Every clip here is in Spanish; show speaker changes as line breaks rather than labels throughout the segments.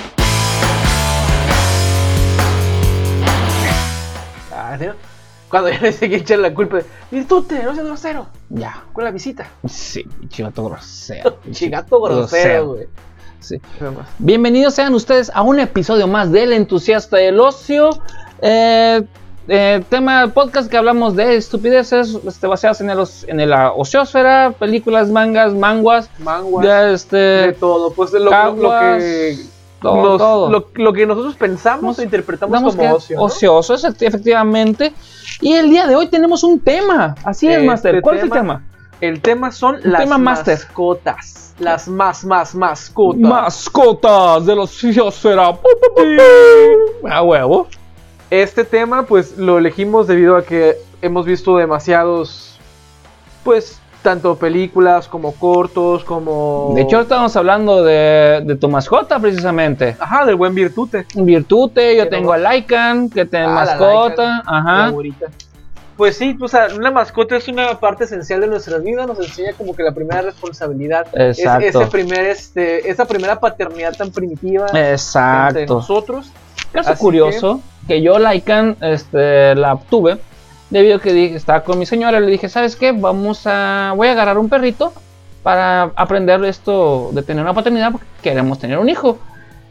Tarantino. Ah, Cuando ya le sé que echar la culpa de Virtute, no seas grosero.
Ya.
Con la visita.
Sí, chivato grosero.
Chigato grosero, güey.
Sí. Bienvenidos sean ustedes a un episodio más del entusiasta del ocio. Eh, eh, tema del podcast que hablamos de estupideces este, basadas en, el, os- en la ociosfera, películas, mangas, manguas.
Manguas.
Ya
de
este,
todo. Pues de lo, lo- lo
caguas,
que.
todo,
nos-
todo.
Lo, lo que nosotros pensamos
Nos-
o interpretamos
Digamos
como
que
ocio. ¿no?
ocioso, es- efectivamente. Y el día de hoy tenemos un tema. Así es,
Este
Master. ¿Cuál es el
tema-
tema?
El tema son
Un
las
tema máster.
mascotas. Las más, más, mascotas.
Mascotas de la ociosfera. Pu, pu, pu, pu. A huevo.
Este tema, pues, lo elegimos debido a que hemos visto demasiados, pues, tanto películas como cortos, como...
De hecho, ahorita estamos hablando de, de tu mascota, precisamente.
Ajá, del buen Virtute.
Virtute, yo
Pero-
tengo a Lycan, que tiene
Ah, la
mascota.
mi
Ajá.
favorita. Ah. Pues sí, o sea, una mascota es una parte esencial de nuestras vidas, nos enseña como que la primera responsabilidad. es-
Exacto.
ese primer, este, esa primera paternidad tan primitiva entre
Exacto.
nosotros.
Caso
Así que-
curioso, que, yo Lycan este, la obtuve debido a que dije, estaba con mi señora y le dije, ¿sabes qué? Vamos a... voy a agarrar un perrito para aprender esto de tener una paternidad porque queremos tener un hijo.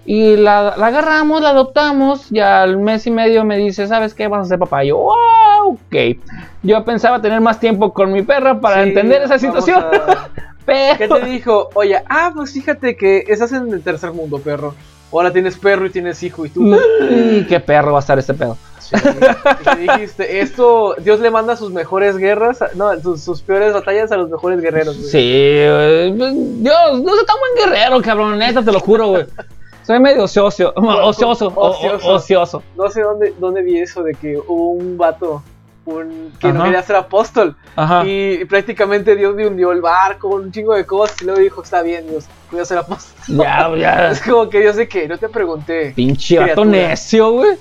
Y la, la agarramos, la adoptamos y al mes y medio me dice, ¿sabes qué? Vas a ser papá. Y yo, "Ah, ok. Yo pensaba tener más tiempo con mi perra para
Sí,
entender esa
vamos
situación.
a- ¿Qué
Pero...
te dijo? Oye, ah, pues fíjate que estás en el tercer mundo, perro. Ahora tienes perro y tienes hijo y tú.
Y qué perro va a estar este pedo.
Sí, ¿qué dijiste, esto, Dios le manda sus mejores guerras, a- no, sus, sus peores batallas a los mejores guerreros. güey.
Sí, güey. Dios, no soy tan buen guerrero, cabrón, neta, te lo juro, güey. Soy medio ocioso, ocioso, o- o-
Ocioso.
ocioso.
No sé dónde, dónde vi eso de que hubo un vato un, que no
Ajá.
quería ser apóstol
Ajá.
y prácticamente Dios le hundió el barco, un chingo de cosas y luego dijo, está bien, Dios, voy a ser apóstol.
Ya, ya.
Es como que Dios de que no te pregunté.
Pinche vato
Criatura.
necio, güey.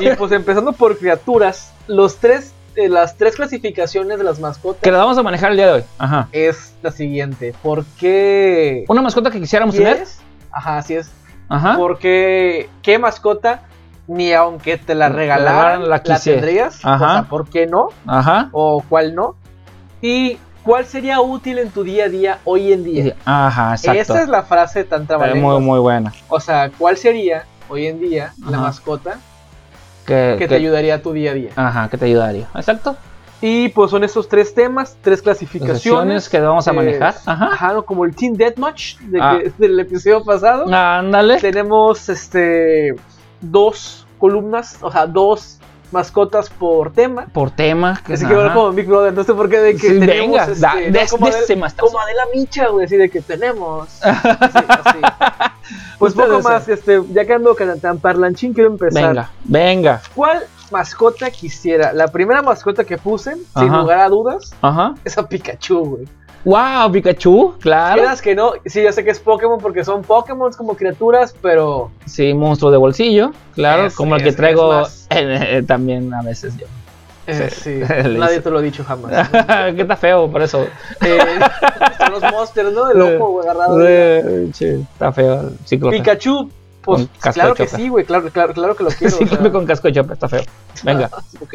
Y pues empezando por criaturas, los tres, eh, las tres clasificaciones de las mascotas
Que la vamos a manejar el día de hoy. Ajá.
es la siguiente. ¿Por qué
Una mascota que quisiéramos tener.
quieres? Ajá, así es. ¿Ah?
Ajá.
Porque qué mascota, ni aunque te la
Te la
regalaran,
regalaran, la
la,
quise.
tendrías.
Ajá.
O sea, ¿por qué no?
Ajá.
¿O cuál no? ¿Y cuál sería útil en tu día a día hoy en día?
Ajá, exacto.
Esa es la frase tan
Eh,
trabalengua.
Muy, muy buena.
O sea, ¿cuál sería hoy en día la
Ajá.
mascota
Que,
que, te ayudaría a tu día a día?
Ajá, que te ayudaría. Exacto.
Y pues son esos tres temas, tres
Las
clasificaciones.
opciones que vamos a
eh,
manejar. Ajá.
Ajá, ¿no? como el Team Deathmatch de
Ah.
que- del episodio pasado.
Ándale.
Tenemos este dos columnas, o sea, dos mascotas por tema.
Por temas. Que,
Así que ahora
ajá.
como Big Brother, no sé por qué de que
Sí,
tenemos,
venga,
este,
da,
¿no?
des-
como,
des-
Adela,
más-
como Adela Micha, güey, así de que tenemos. Así, así. Pues
Ustedes
poco más, este, ya que ando can- tan parlanchín, quiero empezar.
Venga, venga.
¿Cuál mascota quisiera? La primera mascota que puse, sin
Ajá.
lugar a dudas,
Ajá.
es a Pikachu, güey.
Wow, Pikachu, claro.
Quieras que no, sí, ya sé que es Pokémon porque son Pokémon como criaturas, pero
Sí, monstruo de bolsillo, claro,
Es-
como el
es-
que
es
traigo
más-
eh, eh, también a veces yo.
eh, sí,
Sí, le
nadie
hice.
te lo ha dicho jamás. ¿no?
que está feo, por eso.
Eh, son los monsters, ¿no? El
Eh,
ojo güey, agarrado.
Eh, sí, está feo el cíclope.
Pikachu, pues
Con casco
claro
de
que
choca.
sí, güey, claro, claro, claro que lo quiero. o sea,
Cíclope con casco de chope, está feo. Venga.
ok.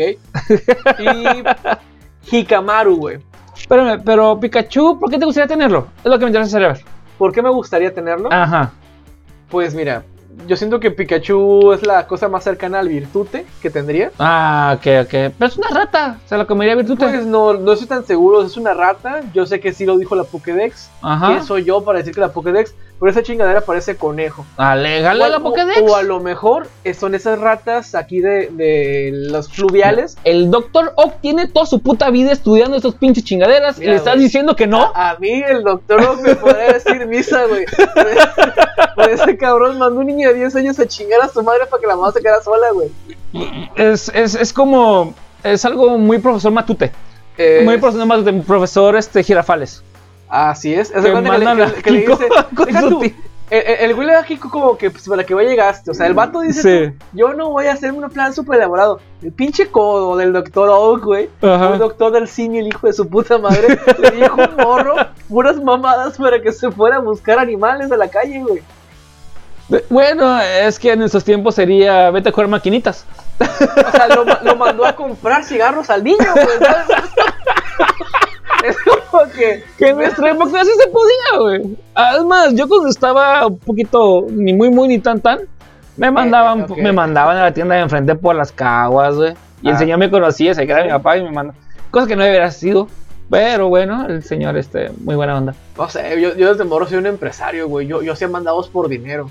Y Hikamaru, güey.
Espérame, pero Pikachu, ¿por qué te gustaría tenerlo? Es lo que me interesa saber.
¿Por qué me gustaría tenerlo?
Ajá.
Pues mira, yo siento que Pikachu es la cosa más cercana al virtute que tendría.
Ah, ok, ok. Pero es una rata, se la comería virtud.
Pues no, no estoy tan seguro, es una rata. Yo sé que sí lo dijo la Pokédex.
Ajá.
¿Quién soy yo para decir que la Pokédex? Pero esa chingadera parece conejo.
Alégale
o,
la Pokédex.
o a lo mejor eh, son esas ratas aquí de, de los fluviales.
El doctor Oak tiene toda su puta vida estudiando esas pinches chingaderas
Mira,
y le estás
güey.
diciendo que no.
A mí el doctor no me podría decir misa, güey. Por ese- Por ese cabrón mandó un niño de 10 años a chingar a su madre para que la mamá se quedara sola, güey.
Es, es, es como. Es algo muy profesor Matute.
Eh,
Muy profesor Matute, profesor este, Girafales.
Así es. Es
Que
que, le-
mandan
que-
a
que le
Kiko
dice.
con
"Deja
su
tú,
tío".
el- el- El güey le da a Kiko como que pues, para que vaya llegaste. O sea, el vato dice:
Sí.
tú, Yo no voy a hacer un plan súper elaborado. El pinche codo del doctor Oak, güey.
Ajá.
Un doctor del cine, el hijo de su puta madre, le dijo un morro, puras mamadas para que se fuera a buscar animales a la calle, güey.
Bueno, es que en esos tiempos sería. Vete a jugar maquinitas.
O sea, lo, ma- lo mandó a comprar cigarros al niño, güey. ¿no? Es como que.
Que en nuestra época así se podía, güey. Además, yo cuando estaba un poquito ni muy muy ni tan tan, me mandaban,
ok.
me mandaban a la tienda de enfrente por las caguas, güey. Y el
Ah.
señor me conocía, se quedaba mi papá y me mandó. Cosa que no hubiera sido. Pero bueno, el señor, este, muy buena onda.
No sé, yo, yo desde moro soy un empresario, güey. Yo, yo hacía mandados por dinero.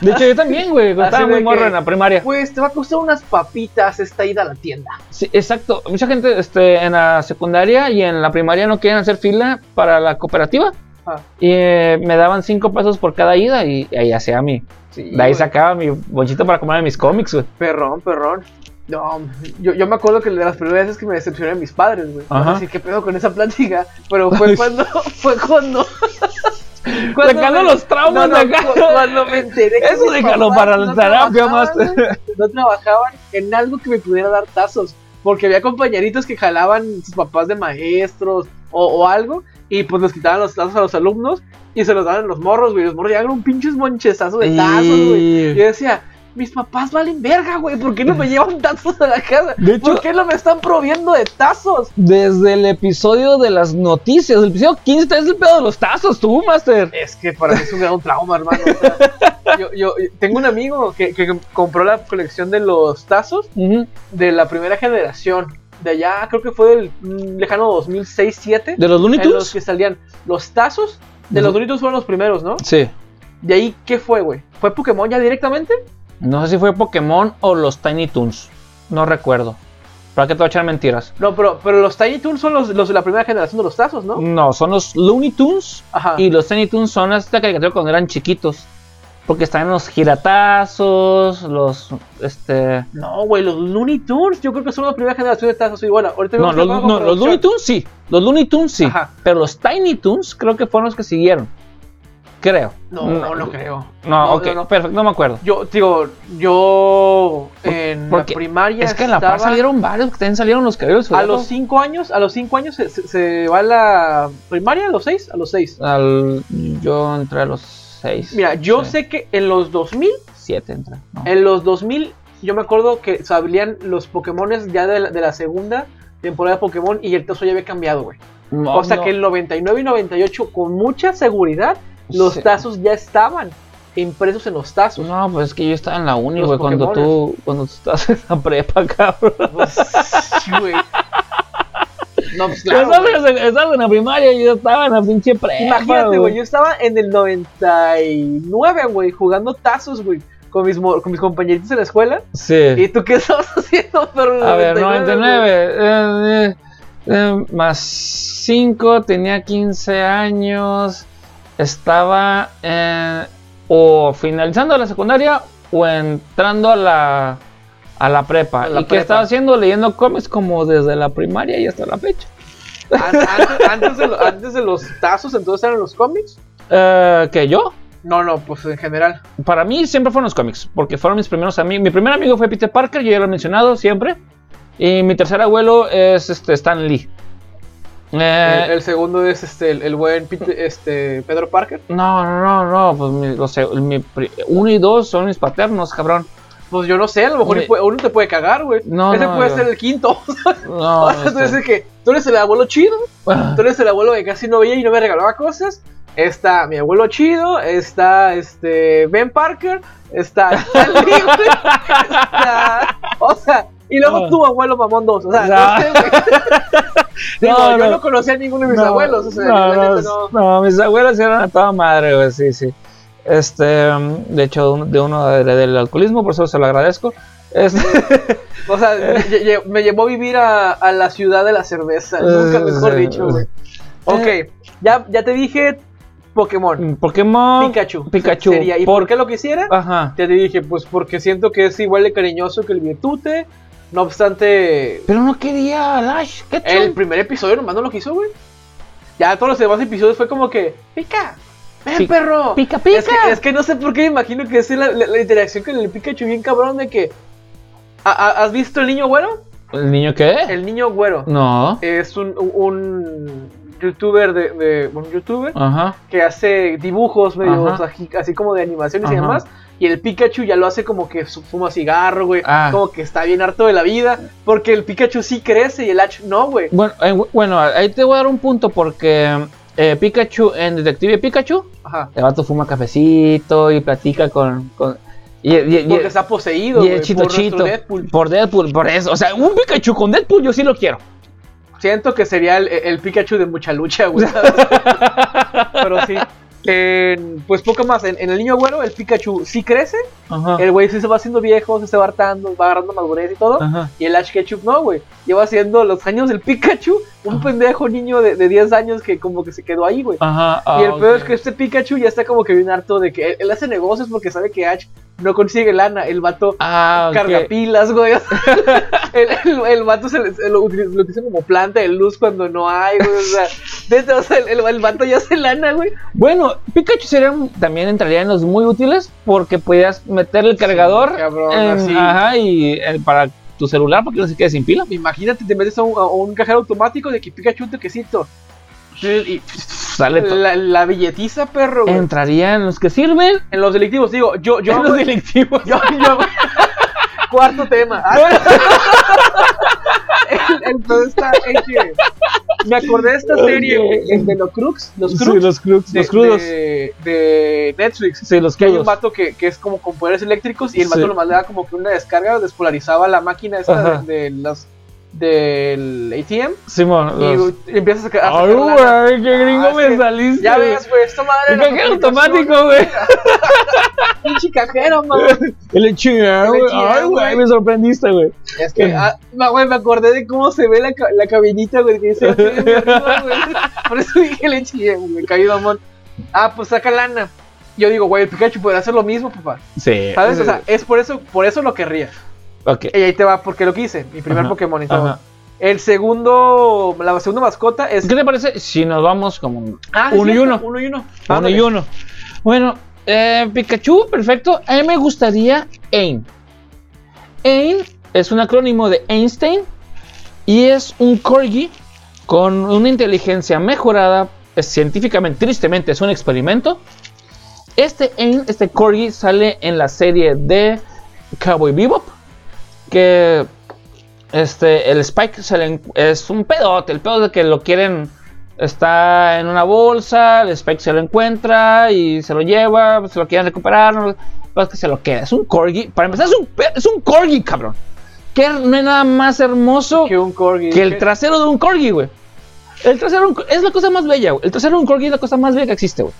De hecho, yo también, güey. cuando
Así de
Estaba muy
que-
morro en la primaria.
Pues te va a costar unas papitas esta ida a la tienda.
Sí, exacto. Mucha gente este, en la secundaria y en la primaria no quieren hacer fila para la cooperativa.
Ah.
Y eh, me daban cinco pesos por cada ida y, y ahí hacía mi.
Sí,
De ahí
güey.
sacaba mi bolsito para comprarme mis cómics, güey.
Perrón, perrón. No, yo, yo me acuerdo que de las primeras veces que me decepcioné mis padres, güey.
Ajá.
Así que pedo con esa plática. Pero fue cuando. fue cuando. cuando
Sacando
me-
los traumas
No, no,
de acá.
cu- Cuando me enteré que
Eso
mis
déjalo
papás
para la terapia,
trabajaban,
más.
güey, No trabajaban en algo que me pudiera dar tazos. Porque había compañeritos que jalaban sus papás de maestros o, o algo. Y pues les quitaban los tazos a los alumnos. Y se los daban a los morros, güey. Los morros llegaban con un pinches monchezazo de tazos, güey. Y Yo decía, mis papás valen verga, güey, ¿por qué no me llevan tazos a la casa?
De hecho-
¿Por qué no me están proviendo de tazos?
Desde el episodio de las noticias, el episodio 15, traes el pedo de los tazos, tú, Master.
Es que para mí es un gran trauma, hermano. o sea, yo, yo- yo- tengo un amigo que, que compró la colección de los tazos
Ujú.
de la primera generación. De allá, creo que fue del mm, lejano 2006-7.
¿De los Looney
En los
Tunes?
que salían los tazos de
Ujú.
los Doritos fueron los primeros, ¿no?
Sí.
De ahí, ¿qué fue, güey? ¿Fue Pokémon ya directamente?
No sé si fue Pokémon o los Tiny Toons. No recuerdo. ¿Para qué te voy a echar mentiras?
No, pero, pero los Tiny Toons son los, los de la primera generación de los tazos, ¿no?
No, son los Looney Tunes
Ajá.
Mm. y los Tiny Toons son esta caricatura cuando eran chiquitos. Porque están los giratazos, los. Este.
No, güey, los Looney Tunes, yo creo que son la primera generación de tazos. Y bueno, ahorita
No,
vemos
los,
que
no,
juegan con
los Looney
producción.
Tunes sí. Los Looney Tunes sí.
Ajá.
Pero los Tiny Toons creo que fueron los que siguieron. Creo.
No, no, no creo.
No,
No,
ok,
no, no.
perfecto, no me acuerdo.
Yo, digo, yo en la
porque
primaria
es que en la par
estaba-
salieron varios, que también salieron los cabellos
a los 5 años, a los 5 años se, se- se va a la primaria, a los 6, a los 6.
Al, yo entré a los seis.
Mira, yo
Sí,
sé que en los 2000,
Siete entré. no.
en los 2000, yo me acuerdo que salían los Pokémones ya de la, de la segunda temporada de Pokémon y el tazo ya había cambiado, güey.
No,
O sea
no.
que el 99 y 98, con mucha seguridad, los
Sí.
tazos ya estaban impresos en los tazos.
No, pues es que yo estaba en la uni,
Los
güey, cuando tú, cuando tú estás en la prepa, cabrón.
Pues, güey. No, pues
Yo
claro.
estaba
güey.
en la sec- estaba en la primaria y yo estaba en la pinche prepa,
Imagínate, güey. Yo estaba en el 99, güey, jugando tazos, güey. Con mis, mo- con mis compañeritos en la escuela. ¿Y
Sí.
tú qué estabas haciendo? Pero en el
A ver,
güey?
99. eh, eh, eh, más 5, tenía 15 años. Estaba eh, o finalizando la secundaria o entrando a la, a la prepa.
A
¿Y
la
qué
prepa.
estaba haciendo? Leyendo cómics como desde la primaria y hasta la fecha.
An- an- antes, de lo- antes de los tazos, entonces eran los cómics.
Eh, ¿Que yo?
No, no, pues en general.
para mí siempre fueron los cómics, porque fueron mis primeros amigos. Mi primer amigo fue Peter Parker, yo ya lo he mencionado siempre. Y mi tercer abuelo es este, Stan Lee. Eh,
El, el segundo es este el, el buen Pete- este, Pedro Parker.
No, no, no, no, pues mi, los- mi pri- uno y dos son mis paternos, cabrón.
Pues yo no sé, a lo mejor
Güey.
y puede- uno te puede cagar, güey.
No,
Ese
no,
puede
yo-
ser el quinto.
No,
Entonces
este,
es que tú eres el abuelo chido,
ah,
tú eres el abuelo que casi no veía y no me regalaba cosas. Está mi abuelo chido, está este Ben Parker, está Stan Lee, güey, está- o sea, y luego
Ah.
tu abuelo mamón dos, o sea,
Ah.
no sé, güey. Digo,
No,
yo
no.
no conocía a ninguno de mis
no,
abuelos, o sea, la
no,
neta
no,
no.
no, mis abuelos eran a toda madre, güey, sí, sí. Este, mm, de hecho, un- de uno heredé el alcoholismo, por eso se lo agradezco. Este,
O sea, lle- lle- me llevó a vivir a, a la ciudad de la cerveza, nunca mejor
Eh,
dicho, güey. Ok, ya, ya te dije Pokémon,
Pokémon.
Pikachu.
Pikachu,
sería. ¿Y
por-
por qué lo quisiera?
Ajá.
Ya te dije, pues porque siento que es igual de cariñoso que el Virtute. No obstante,
Pero no quería a Lash. ¿Qué
el
chon-
primer episodio nomás no lo quiso, güey. Ya todos los demás episodios fue como que, pica, ven
Pi-
perro.
Pica, pica.
Es, que, es que no sé por qué me imagino que es la, la- la interacción con el Pikachu bien cabrón de que... ¿ha- ha- ¿Has visto el niño güero?
¿El niño qué?
El niño güero
No.
es un, un youtuber de, de- bueno, un youtuber
Ajá.
que hace dibujos medio
Ajá.
así, así como de animaciones y
Ajá.
demás. Y el Pikachu ya lo hace como que su- fuma cigarro, güey.
Ah.
Como que está bien harto de la vida. Porque el Pikachu sí crece y el Ash no, güey.
Bueno, eh, bueno, ahí te voy a dar un punto porque eh, Pikachu, en Detective Pikachu,
Ajá.
el vato fuma cafecito y platica con. con- y, y- y-
Porque está poseído,
y
güey.
es
por
chito
nuestro
chito.
Deadpool.
Por Deadpool, por eso. O sea, un Pikachu con Deadpool yo sí lo quiero.
Siento que sería el, el Pikachu de mucha lucha, güey. ¿sabes? Pero sí. En- pues poco más. En, en el niño güero, el Pikachu sí crece.
Ajá.
El güey sí se va haciendo viejo, sí se va hartando, va agarrando madurez y todo.
Ajá.
Y el Ash Ketchup no, güey. Lleva haciendo los años del Pikachu, un
Ajá.
pendejo niño de, de 10 años que como que se quedó ahí, güey.
Ajá. ah,
y el peor es
ok.
que este Pikachu ya está como que bien harto de que él, él hace negocios porque sabe que Ash no consigue lana. El vato
Ah, ok.
carga pilas, güey. el, el, el vato se, le- se lo, utiliza, lo utiliza como planta de luz cuando no hay, güey. O sea, desde, o sea, el, el- el vato ya hace lana, güey.
Bueno, Pikachu sería, un- también entraría en los muy útiles porque podías meter el cargador.
cabrón,
en-
así.
Ajá, y eh, para tu celular porque no se quede sin pila.
Imagínate, te metes a un, a un cajero automático de que Pikachu te quesito. Y
Sale to-
la, la billetiza, perro, güey.
Entraría en los que sirven.
En los delictivos, digo, yo, yo,
en los delictivos.
yo, yo- cuarto tema. Ah, el, el pedo está en que me acordé de esta serie, güey, el de los Crux, los Crux,
Sí, los, crux-
de,
los crudos.
de, de Netflix.
Sí, los
Que hay un
crudos.
vato que, que es como con poderes eléctricos y el vato
Sí.
nomás le da como que una descarga, despolarizaba la máquina esta
Ajá.
de, de las del ATM
Simón,
y
los-
y empiezas a sacar- a sacar
Ay,
lana.
güey, qué gringo
Ah,
me
es que
saliste.
Ya ves, güey, esta madre
El
era
cajero
comunicación,
automático, güey.
Pinche cajero, madre.
El HM, güey.
HM,
Ay,
güey.
güey, me sorprendiste, güey.
Es que, ah, no, güey, me acordé de cómo se ve la, ca- la cabinita, güey, que dice, "Sí, güey, güey". Por eso dije le chillé, güey, me caí mamón. Ah, pues saca lana. Yo digo, güey, el Pikachu podrá hacer lo mismo, papá.
Sí.
¿Sabes? O sea, es por eso, por eso lo querría.
Ok.
Y ahí te va, porque lo quise, mi primer
Ajá,
Pokémon y todo.
Ajá.
El segundo, la segunda mascota es...
¿Qué te parece si nos vamos como
Ah, sí,
Uno y
cierto,
uno.
Uno y uno.
uno y
Ándale.
uno? Bueno, eh, Pikachu, perfecto. A mí me gustaría AIM. AIM es un acrónimo de Einstein y es un corgi con una inteligencia mejorada eh, científicamente. Tristemente, es un experimento. Este AIM, este corgi, sale en la serie de Cowboy Bebop. Que este, el Spike se le en- es un pedote. El pedo de que lo quieren. Está en una bolsa. El Spike se lo encuentra y se lo lleva. Se lo quieren recuperar. No, pues que se lo queda. Es un corgi. Para empezar, es un, pe- es un corgi, cabrón. Que er, no hay nada más hermoso
Que un corgi.
que el trasero de un corgi, güey. El trasero de un cor- es la cosa más bella, güey. El trasero de un corgi es la cosa más bella que existe, güey.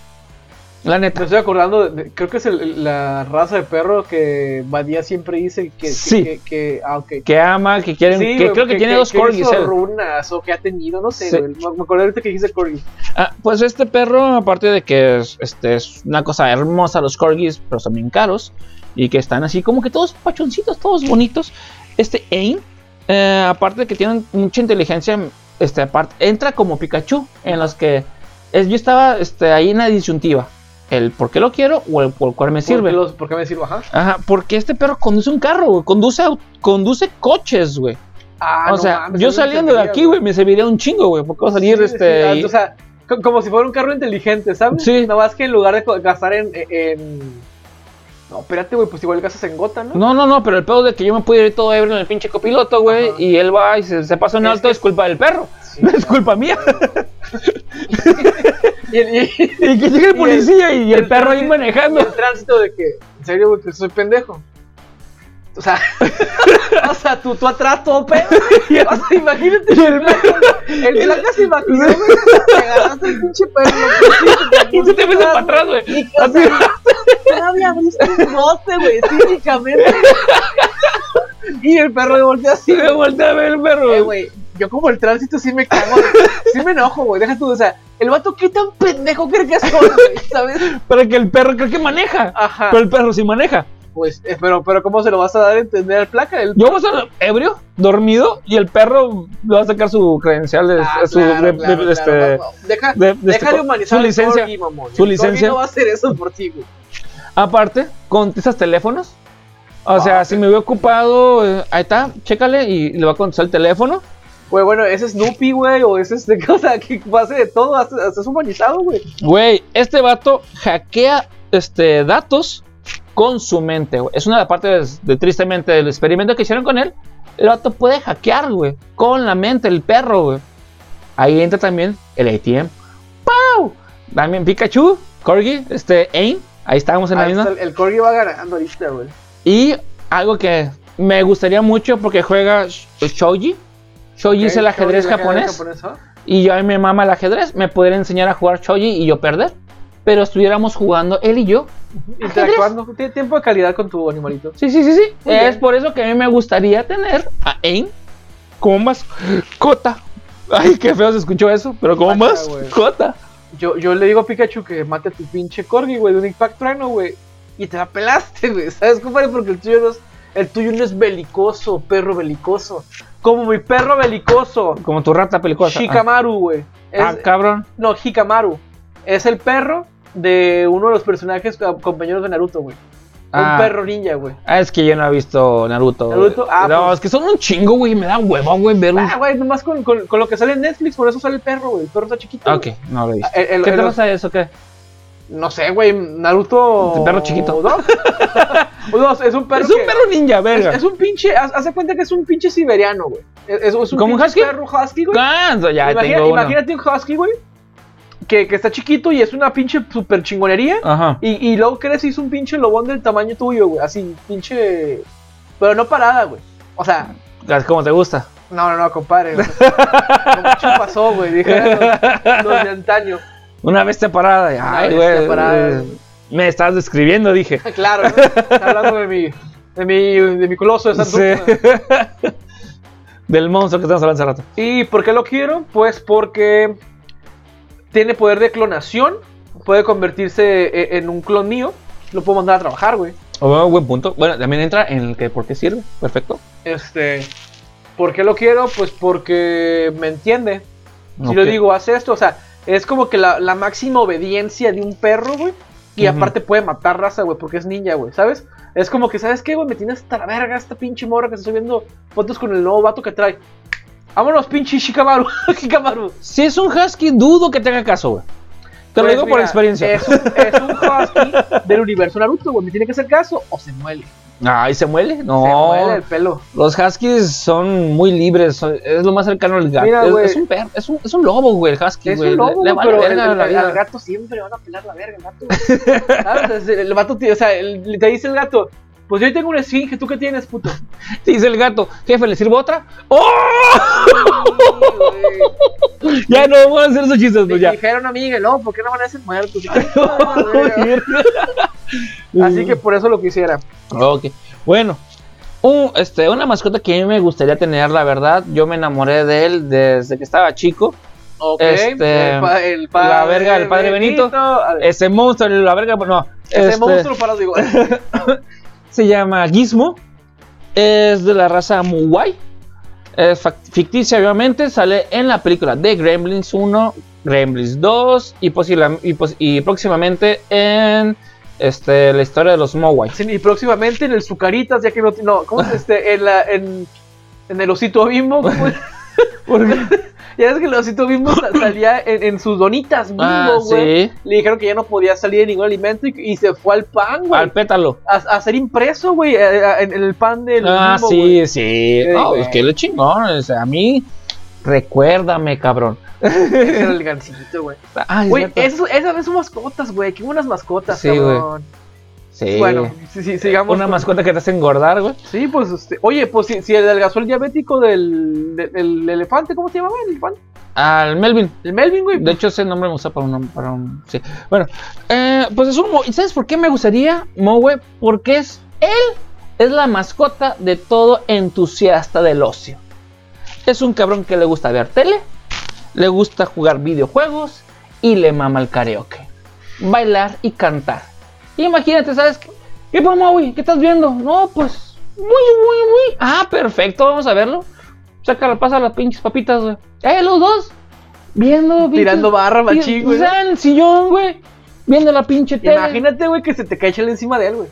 La
Me
neta.
estoy acordando, de- de- creo que es el- el- la raza de perro que Badía siempre dice que... que-
Sí.
Que, que- ah, ok.
Que ama, que quieren.
Sí,
que
güey,
creo que, tiene dos corgis.
hizo
él.
runas o que ha tenido, no sé,
Sí.
güey. Me me acuerdo ahorita que dijiste corgi.
Ah, pues este perro, aparte de que es, este, es una cosa hermosa, los corgis, pero son bien caros. Y que están así como que todos pachoncitos, todos bonitos. Este Ain, eh, aparte de que tienen mucha inteligencia, este, aparte, entra como Pikachu. En los que es- yo estaba este, ahí en la disyuntiva: el por qué lo quiero o el por cuál me
¿Por
sirve.
qué los- ¿Por qué me sirve? Ajá.
Ajá, porque este perro conduce un carro, güey. Conduce, au- conduce coches, güey.
Ah,
o
no
sea,
mames,
yo
es una
saliendo de
tontería,
aquí, güey, me serviría un chingo, güey. Porque voy a salir,
Sí,
este.
sí,
y-
o sea, co- como si fuera un carro inteligente, ¿sabes?
Sí.
Nada más que en lugar de co- gastar en. en- No, espérate, güey, pues igual gastas en gota, ¿no?
No, no, no, pero el pedo de que yo me pude ir todo ebrio en el pinche copiloto, güey,
Ajá.
y él va y se, se pasa un
Es
alto,
que-
es culpa del perro,
Sí,
no es
claro.
culpa mía.
Y el, y-
y que llegue el
Y
policía y, el,
el
perro ahí
tránsito- y
manejando.
el tránsito de que. En serio, güey, que soy pendejo. O sea, o sea, tú, tú atrás todo pedo.
Y el-
O sea, imagínate.
y el perro-
El placa se imaginó, güey. Te agarraste el pinche perro. lo pusiste,
y se te mete para atrás, güey.
Y que, o sea, todavía abriste un bote, güey, cínicamente. y el perro le voltea así,
Y me voltea a ver el
güey. Eh,
perro.
güey, Yo como el tránsito sí me cago, güey. sí me enojo, güey. Deja tú, o sea, el vato qué tan pendejo cree que es güey, ¿sabes?
para que el perro creo que maneja.
Ajá.
Pero el perro sí maneja.
Pues, eh, pero, pero ¿cómo se lo vas a dar a entender al placa? El
Yo voy a estar ebrio, dormido, y el perro le va a sacar su credencial de,
Ah,
su,
claro,
de- de-
claro,
de- este,
claro, no, no. Deja,
de- de
deja
este-
de humanizar
su
al
licencia,
corgi, mamón. El
su
corgi
licencia.
no va a hacer eso por ti, güey.
Aparte, contestas teléfonos. O sea, si me veo ocupado, eh, ahí está, chécale y le va a contestar el teléfono.
Güey, bueno, ese Snoopy, güey, o ese este, o sea, que hace de todo, hace, hace es humanizado, güey.
Güey, este vato hackea este, datos con su mente, güey. Es una de las partes de, tristemente del experimento que hicieron con él. El vato puede hackear, güey, con la mente, el perro, güey. Ahí entra también el ATM. ¡Pau! También Pikachu, Corgi, este, AIM. Ahí estábamos en
Ahí
la
está,
misma.
el, el Corgi va ganando ahorita, güey.
Y algo que me gustaría mucho porque juega Sh- Shoji. Shoji
Ok,
es el ajedrez
Corgi, el
japonés.
¿ah?
Y yo a mí me mama el ajedrez. Me podría enseñar a jugar Shoji y yo perder. Pero estuviéramos jugando él y yo.
Interactuando, tiene tiempo de calidad con tu animalito.
Sí, sí, sí, sí.
Muy
es
bien.
por eso que a mí me gustaría tener a Ain como mascota. Ay, qué feo se escuchó eso. Pero como
Guácala,
mascota.
Yo, yo le digo a Pikachu que mate a tu pinche Corgi, güey, de un impactrano, güey. Y te la pelaste, güey. ¿Sabes, compadre? Porque el tuyo no es, el tuyo no es belicoso, perro belicoso. Como mi perro belicoso,
Como tu rata pelicosa. Ah,
Shikamaru, güey. Es-
ah, cabrón.
no, Hikamaru. Es el perro de uno de los personajes co- compañeros de Naruto, güey.
Ah.
Un perro ninja, güey.
Ah, es que yo no he visto Naruto. güey.
Naruto, ah,
no,
pues-
es que son un chingo, güey. Me da hueva, güey, ver un.
Ah, güey, nomás con, con- con lo que sale en Netflix, por eso sale el perro, güey. El perro está chiquito.
ok,
güey.
no lo he visto.
El- el-
¿Qué
el-
te pasa de eso? ¿Qué?
No sé, güey, Naruto...
El perro chiquito.
Dos. Dos, es un perro
es un
que-
perro ninja, verga.
Es, es un pinche, haz, haz de cuenta que es un pinche siberiano, güey. Es, es un
¿Como un
pinche
husky?
perro husky, güey.
Ah, ya
Imagina-
tengo uno.
imagínate un husky, güey, que, que está chiquito y es una pinche super chingonería.
Ajá.
Y, y luego crees y es un pinche lobón del tamaño tuyo, güey. Así, pinche. Pero no parada, güey. O sea,
Es como te gusta.
no, no, no, compadre. o sea, no mucho pasó, güey. Dije, los, los de antaño.
Una bestia parada. y, Ay,
bestia
güey.
parada,
eh,
güey.
Me estás describiendo, dije.
Claro, ¿no? Está hablando de mi. De mi, de mi coloso de Santo.
Sí. Del monstruo que estamos hablando hace rato.
¿Y por qué lo quiero? Pues porque tiene poder de clonación, puede convertirse e- en un clon mío, lo puedo mandar a trabajar, güey.
Oh, buen punto. Bueno, también entra en el que por qué sirve. Perfecto.
Este, ¿por qué lo quiero? Pues porque me entiende. Si
Ok.
le digo, haz esto, o sea, es como que la, la máxima obediencia de un perro, güey. Y
Ujú.
aparte puede matar raza, güey, porque es ninja, güey, ¿sabes? Es como que, ¿sabes qué, güey? Me tiene hasta la verga esta pinche morra que está subiendo fotos con el nuevo vato que trae. Vámonos, pinche Shikamaru, Shikamaru.
Si es un husky, dudo que te haga caso, güey. Te lo
Pues
digo por
mira,
experiencia.
Es un, es un husky del universo Naruto, güey. Me tiene que hacer caso o se muele.
Ay, ¿se muele? No.
Se muele el pelo.
Los huskies son muy libres. son- es lo más cercano al gato.
Mira,
es,
güey.
es un perro. Es un, es un lobo, güey, el husky,
Es
güey.
un lobo,
le, le
güey,
vale
pero el,
verga la
el-
vida.
al gato siempre le van a pelar la verga, el gato. güey. ¿Sabes? Es El, el vato, tío, o sea, el- te dice el gato, pues yo tengo una esfinge, ¿tú qué tienes, puto?
Dice el gato, jefe, ¿le sirvo otra? ¡Oh! ya no voy a hacer esos chistes,
Me
pues ya.
dijeron, amiga, no, ¿por qué no van a ser muertos? Ay, no, güey. Así que por eso lo quisiera.
Ok. Bueno, un- este, una mascota que a mí me gustaría tener, la verdad. Yo me enamoré de él desde que estaba chico.
Ok,
Este,
el, pa- el
la verga del padre Benito.
A ver,
Ese monstruo, la verga, no.
Ese
este,
monstruo para digo.
Se llama Gizmo. Es de la raza Muwai. Es fac- ficticia, obviamente. Sale en la película de Gremlins 1, Gremlins 2 y, posibla- y, pos- y próximamente en este, la historia de los Mowai.
Sí, y próximamente en el Zucaritas, ya que no. No, ¿cómo es este? En, la, en, en el Osito Bimbo. ¿cómo es? ya ves que el Osito Bimbo sa- salía en, en sus donitas Bimbo,
Ah,
güey.
sí.
Le dijeron que ya no podía salir de ningún alimento y, y se fue al pan, güey.
Al pétalo.
A, a ser impreso, güey, a- a- en, en el pan del
Ah,
Bimbo,
sí,
güey.
sí.
Sí,
No,
güey.
es que lo chingón. o sea, a mí, recuérdame, cabrón.
Ese era el gancito, güey.
Ah, es
Güey,
cierto.
esas, esas son mascotas, güey. Qué buenas mascotas,
Sí,
cabrón.
Sí.
Bueno, sí, sí, sigamos.
Una
con-
mascota que te hace engordar, güey.
Sí, pues, este, oye, pues si, si el adelgazó el diabético del, del, del elefante, ¿cómo se llamaba el elefante?
Al Melvin.
El Melvin, güey.
De hecho, ese nombre me gusta para un. Para un sí. Bueno, eh, pues es un. mo- ¿Y sabes por qué me gustaría Moe? Porque es. Él es la mascota de todo entusiasta del ocio. Es un cabrón que le gusta ver tele, le gusta jugar videojuegos y le mama el karaoke. Bailar y cantar. Imagínate, ¿sabes qué? ¿Qué pa' Moe? ¿Qué estás viendo? No, pues. Muy, muy, muy. Ah, perfecto, vamos a verlo. Saca la pasa las pinches papitas, güey. ¡Eh, los dos! Viendo, pinches-
Tirando barra,
Tira-
machín, güey.
O sea, en el sillón, güey. Viendo la pinche tele.
Imagínate, güey, que se te cae chela encima de él, güey.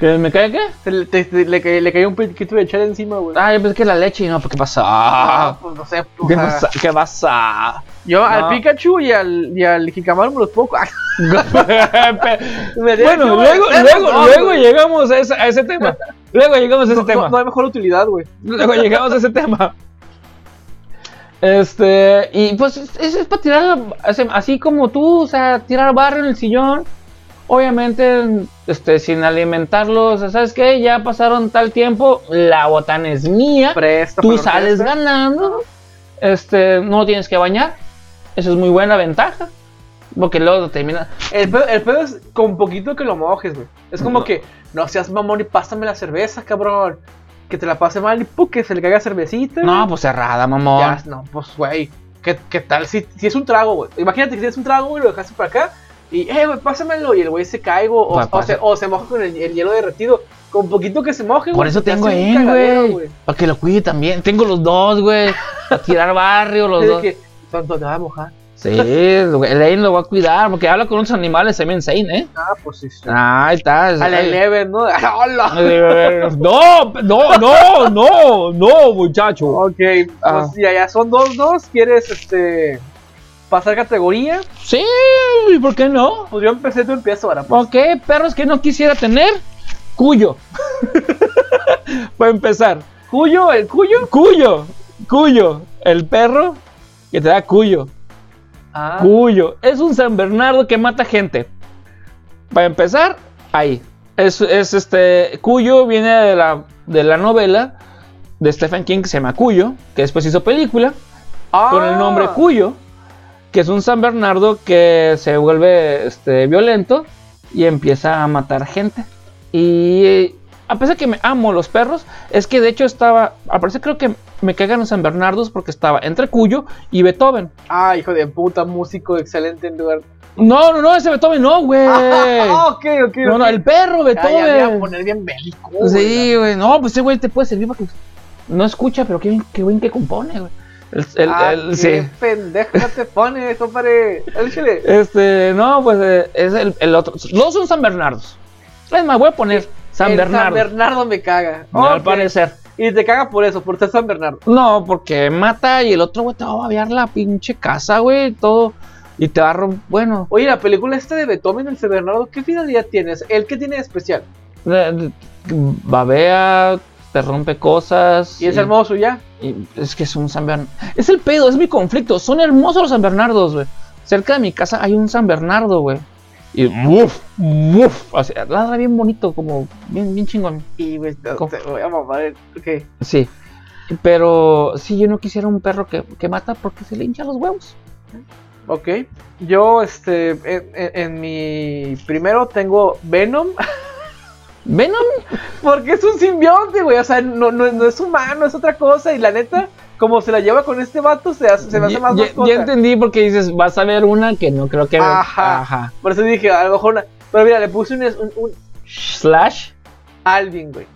¿Que me cae qué?
Se le, te- te- le, ca- le cayó un poquito de chela encima, güey.
Ah, yo pensé que la leche y no, pues ¿qué pasa?
Ah, pues no sé. o
¿Qué
sea,
pasa? ¿Qué pasa?
Yo
No.
al Pikachu y al, y al Jicamaru me los puedo. co- Me diría que,
bueno,
güey,
luego,
tienes
luego,
razón,
luego
güey.
llegamos a, esa- a ese tema. Luego llegamos a ese
No-
tema.
No, no hay mejor utilidad, güey.
Luego llegamos a ese tema. Este, y pues es, es para tirar, así- así como tú, o sea, tirar barro en el sillón. Obviamente, este, sin alimentarlos, o sea, ¿sabes qué? Ya pasaron tal tiempo, la botana es mía,
Presta.
tú
para la
sales
orquesta.
ganando, este, no tienes que bañar. Eso es muy buena ventaja, porque luego termina.
El pedo, el pedo es con poquito que lo mojes, güey. Es como que, no seas mamón y pásame la cerveza, cabrón. Que te la pase mal y pu, que se le caiga cervecita.
No,
güey.
pues cerrada, mamón.
Ya, no, pues, güey. ¿qué, ¿Qué tal si, si es un trago, güey? Imagínate que si es un trago, güey, lo dejaste para acá. Y, eh, güey, pásamelo. Y el güey se cae, güey. O,
Pa-
o se,
pasa.
o se moja con el, el hielo derretido. Con poquito que se moje, güey.
Por eso
te
tengo
hace un
él,
cagadero,
güey. Para que lo cuide también. Tengo los dos, güey. Para tirar barrio, los
Es de
dos.
que, tanto te va a mojar.
Sí, güey, el Aiden lo va a cuidar porque habla con unos animales también, Zane, ¿eh?
Ah, pues sí. sí.
Ah, ahí está.
A la Eleven, ¿no? ¡Hola!
No, no, no, no, no, muchacho.
Ok,
Ah.
pues ya, ya son dos, dos. ¿Quieres este pasar categoría?
Sí, ¿por qué no?
Pues yo empecé, tú empiezas ahora. pues.
Ok, perros que no quisiera tener, cuyo. Para empezar,
¿Cuyo? ¿El cuyo?
cuyo, cuyo, el perro que te da cuyo.
Ah,
Cuyo. Es un San Bernardo que mata gente. Para empezar, ahí. Es, es este. Cuyo viene de la, de la novela de Stephen King que se llama Cuyo, que después hizo película
Ah.
con el nombre Cuyo, que es un San Bernardo que se vuelve este, violento y empieza a matar gente. Y eh, a pesar que me amo los perros, es que de hecho estaba. Al parecer creo que me cagan los San Bernardos porque estaba entre Cuyo y Beethoven.
Ah, hijo de puta, músico excelente en lugar.
No, no, no, ese Beethoven no, güey.
Ah,
No,
ok, ok. ok.
no, el perro
Ya, ya, me voy a
Beethoven.
poner bien bélico.
Sí, güey, no, pues ese güey te puede servir para que. No escucha, pero qué bien, qué bien que compone, güey. El, el-
Ah,
el-
qué
sí.
pendejo te pones, compadre. El chile.
Este, no, pues eh, es el, el otro. Los son San Bernardos. Es más, voy a poner San
El
Bernardo.
San Bernardo me caga.
Al
Ok.
parecer.
Y te caga por eso, por ser San Bernardo.
No, porque mata y el otro, güey, te va a babear la pinche casa, güey, todo. Y te va a romper. Bueno,
Oye, la película esta de Beethoven, el San Bernardo, ¿qué finalidad tienes? ¿El qué tiene de especial?
eh, eh, babea, te rompe cosas.
Y es hermoso ya.
Y es que es un San Bernardo. Es el pedo, es mi conflicto. Son hermosos los San Bernardos, güey. Cerca de mi casa hay un San Bernardo, güey. Y uff, uff. Así, ladra bien bonito, como bien, bien chingón.
Y güey, te,
¿Cómo?
te voy a mamar. el- Ok.
Sí. Pero sí, yo no quisiera un perro que, que mata porque se le hincha los huevos.
Ok. Yo, este, en, en- en mi primero tengo Venom,
Venom,
porque es un simbionte, güey. O sea, no, no, no es humano, es otra cosa. Y la neta, como se la lleva con este vato, se, hace, se me hace
ya,
más
ya-
mascota.
ya entendí porque dices, vas a ver una que no creo que
Ajá.
Ajá.
Por eso dije, a lo mejor. una- Pero mira, le puse un, un, un
Slash,
Alvin, güey.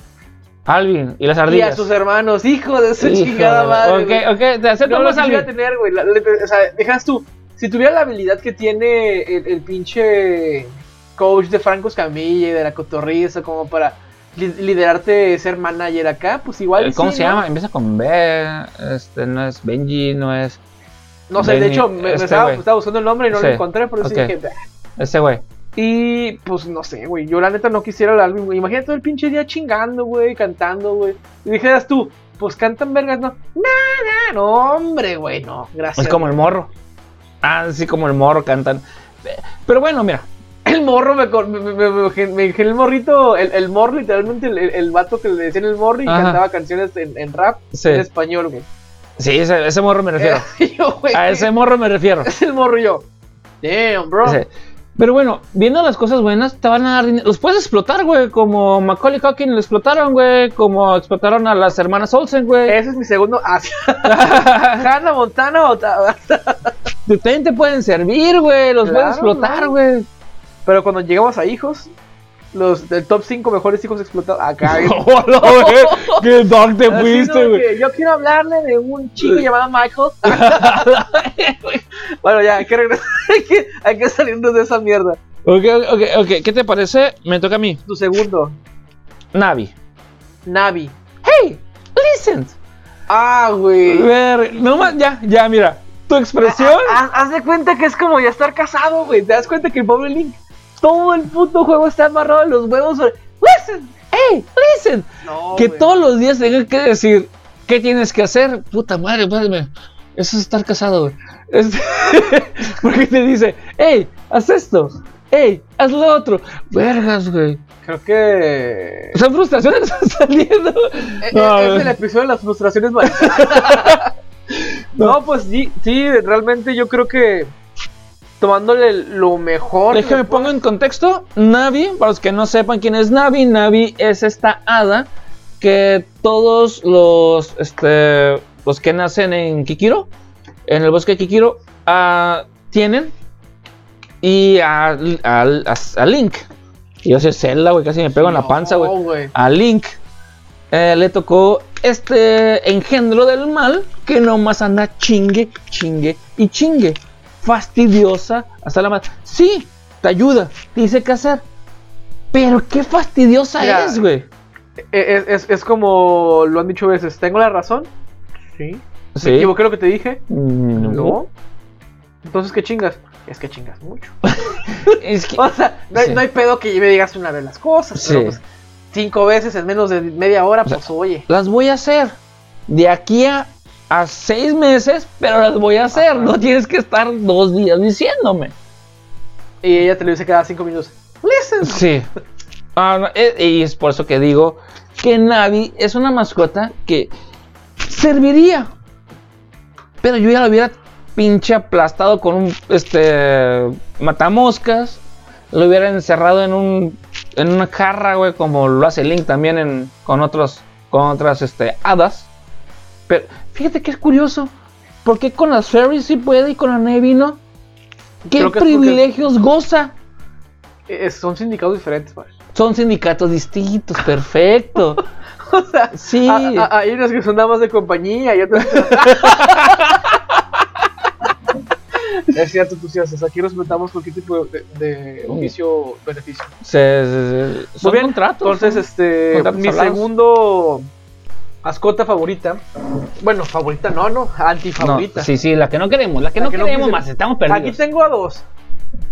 Alvin y las
Y a
ardillas.
sus hermanos, hijo de su
Hijo
chingada
de la-
madre. güey.
Ok, ok, te acepto
No lo
más
quisiera
Alvin.
tener, güey. La- la- O sea, dejas tú. Si tuviera la habilidad que tiene el, el pinche coach de Franco Escamilla y de la cotorriza, como para li- liderarte ser manager acá, pues igual. y
Eh, ¿Cómo
sí,
se
¿no?
llama? Empieza con B. Este no es Benji, no es
No sé, de
Benny,
hecho, me, me
este
estaba,
güey.
estaba buscando el nombre y no
Sí,
lo encontré, por eso
ok.
dije. "Bah".
ese güey.
Y pues no sé, güey. Yo la neta no quisiera el álbum, güey. Imagínate todo el pinche día chingando, güey, cantando, güey. Y dijeras tú, pues cantan vergas, no. Nada, no, hombre, güey, no. Gracias.
Es como el morro. Ah, sí, como el morro cantan. Pero bueno, mira.
El morro, me, acor- me, me, me- me- me- el morrito, el, el morro, literalmente, el, el, el vato que le decían el morro y
Ajá.
cantaba canciones en, en rap
Sí,
en español, güey.
sí ese, ese morro me refiero.
Yo, güey,
A ese morro me refiero.
Es el morro y yo. Damn, bro.
Ese. Pero bueno, viendo las cosas buenas, te van a dar dinero. Los puedes explotar, güey. Como Macaulay Culkin lo explotaron, güey. Como explotaron a las hermanas Olsen, güey.
Ese es mi segundo. Ah, sí. Hannah Montana o ta-
De- También te pueden servir, güey. Los
Claro,
puedes explotar,
claro.
güey.
Pero cuando llegamos a hijos, los del top 5 mejores hijos explotados. Acá. güey.
Hola, güey. Qué dark te
Así,
fuiste,
¿no?
güey.
Que Yo quiero hablarle de un chico llamado Michael. bueno, ya, hay que regresar. hay, que, hay que salirnos de esa mierda.
Ok, ok, ok. ¿Qué te parece? Me toca a mí.
Tu segundo.
Navi.
Navi.
¡Hey! ¡Listen!
Ah, güey.
Ver- No más, ya, ya, mira. Tu expresión.
Haz, ah, haz de cuenta que es como ya estar casado, güey. Te das cuenta que el pobre Link, todo el puto juego está amarrado en los huevos. güey. Listen.
¡Hey! ¡Listen!
No,
que
güey.
todos los días tengan que decir qué tienes que hacer. Puta madre, madre. Eso es estar casado, güey. Este, porque te dice, hey, haz esto, hey, haz lo otro. Vergas, güey.
Creo que.
Son frustraciones que están saliendo.
Eh,
No,
eh, es
güey.
el episodio de las frustraciones maricadas. no, pues sí, sí, realmente yo creo que tomándole lo mejor.
Déjame pongo en contexto. Navi, para los que no sepan quién es Navi, Navi es esta hada que todos los, este, los que nacen en Kikiro, en el bosque de Kikiro, ah, tienen. Y a, a- a- a Link. Yo soy Zelda, güey, casi me pego en la panza, güey
No, güey.
a Link eh, le tocó este engendro del mal que nomás anda chingue, chingue y chingue. Fastidiosa hasta la madre. Sí, te ayuda, te dice qué hacer. Pero qué fastidiosa
Mira,
es, güey.
Eh, Es, es- es como lo han dicho veces. ¿Tengo la razón? Sí.
Sí.
¿Me equivoqué lo que te dije?
Mm,
No. Entonces, ¿qué chingas? Es que chingas mucho.
Es que-
O sea, no hay,
Sí.
no hay pedo que me digas una vez las cosas. pero,
Sí.
pues, cinco veces en menos de media hora, pues oye.
las voy a hacer de aquí a, a seis meses, pero las voy a hacer.
Ajá.
No tienes que estar dos días diciéndome.
Y ella te lo dice cada cinco minutos. Listen.
Sí. Ah, no, eh, y es por eso que digo que Navi es una mascota que serviría. Pero yo ya lo hubiera pinche aplastado con un este matamoscas. Lo hubiera encerrado en un en una jarra, güey, como lo hace Link también en, con otros con otras este hadas. Pero fíjate que es curioso, ¿por qué con las fairies sí puede y con la Navi no? ¿Qué
Creo que es porque-
privilegios goza?
Eh, son sindicatos diferentes, güey.
Son sindicatos distintos, perfecto.
O sea,
Sí.
a- a- Ah, hay unas que son damas de compañía y otras. es cierto, tú sí haces. Aquí respetamos cualquier tipo de, de oficio o beneficio.
Se, se- se- son
ah. Muy bien,
contratos.
Entonces,
son-
este,
contratos
mi
hablados.
segundo mascota favorita. Bueno, favorita no, no,
No,
antifavorita.
sí, sí, la que no queremos, la que
La
no
que no
queremos
quise-
más, estamos
Aquí
perdidos.
tengo a dos.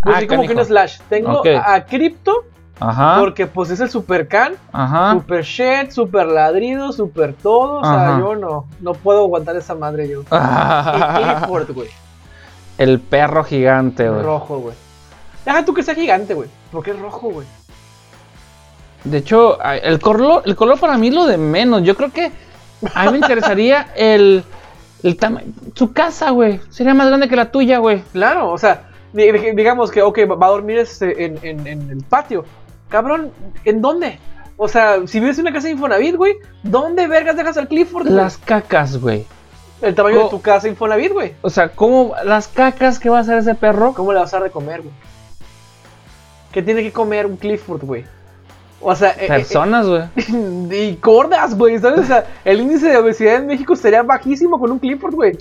Pues
Ah,
sí, como que
canijo.
un slash. Tengo
Ok. Ah.
a, a Crypto,
Ajá,
porque pues es el Super Can,
ajá.
Super Shed, Super Ladrido, Super Todo. O sea,
Ajá.
yo no, no puedo aguantar esa madre yo. Y Clifford, güey.
El perro gigante, güey.
Rojo, güey. Deja tú que sea gigante, güey. Porque es rojo, güey.
De hecho, ay, el color, el color para mí es lo de menos. Yo creo que a mí me interesaría el, el tama- su casa, güey. Sería más grande que la tuya, güey.
Claro, o sea, di- di- digamos que, ok, va va a dormir este, en, en- en el patio. Cabrón, ¿en dónde? O sea, si vives en una casa de Infonavit, güey, ¿dónde vergas dejas al Clifford? güey?
Las cacas, güey.
El tamaño
co-
de tu casa Infonavit, güey.
O sea, ¿cómo las cacas que va a hacer ese perro?
¿Cómo le vas a dar de comer, güey? ¿Qué tiene que comer un Clifford, güey? O sea, eh, eh,
Personas, güey.
eh, y gordas, güey, ¿sabes? O sea, el índice de obesidad en México sería bajísimo con un Clifford, güey.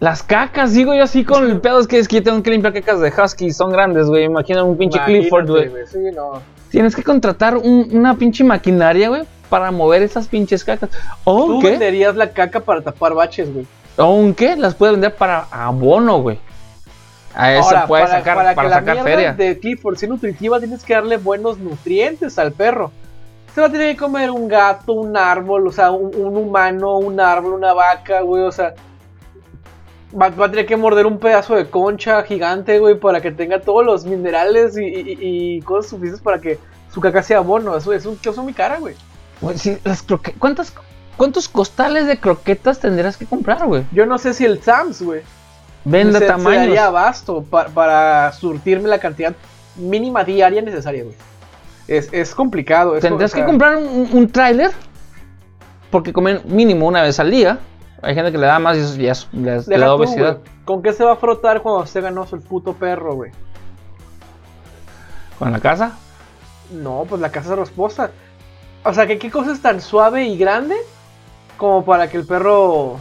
Las cacas, digo yo así con el pedo, es que es que yo tengo que limpiar cacas de husky, son grandes, güey. Imagina un pinche
Imagínate,
Clifford, güey.
Sí, no.
Tienes que contratar un- una pinche maquinaria, güey, para mover esas pinches cacas. ¿O
Tú
un qué?
venderías la caca para tapar baches, güey.
¿O un qué? Las puedes vender para abono, güey. A eso
Ahora,
puedes sacar para,
que la
sacar
mierda
feria.
de Clifford sea nutritiva, tienes que darle buenos nutrientes al perro. Se va a tener que comer un gato, un árbol, o sea, un, un humano, un árbol, una vaca, güey, o sea. Va, va a tener que morder un pedazo de concha gigante, güey, para que tenga todos los minerales y, y- y- y cosas suficientes para que su caca sea abono. Eso es un queso muy cara, güey.
Güey, sí, las croque- ¿Cuántas, ¿Cuántos costales de croquetas tendrás que comprar, güey?
Yo no sé si el Sams, güey,
Vende
se, se
tamaños.
daría abasto pa- para surtirme la cantidad mínima diaria necesaria, güey. Es, es complicado. es- Pues
Tendrás
o
que
sea,
comprar un, un tráiler porque comen mínimo una vez al día. Hay gente que le da más y eso ya es- le, le
Deja
da
tú,
obesidad.
güey. ¿Con qué se va a frotar cuando esté ganoso el puto perro, güey?
¿Con la casa?
No, pues la casa es rasposa. O sea, que qué cosa es tan suave y grande como para que el perro.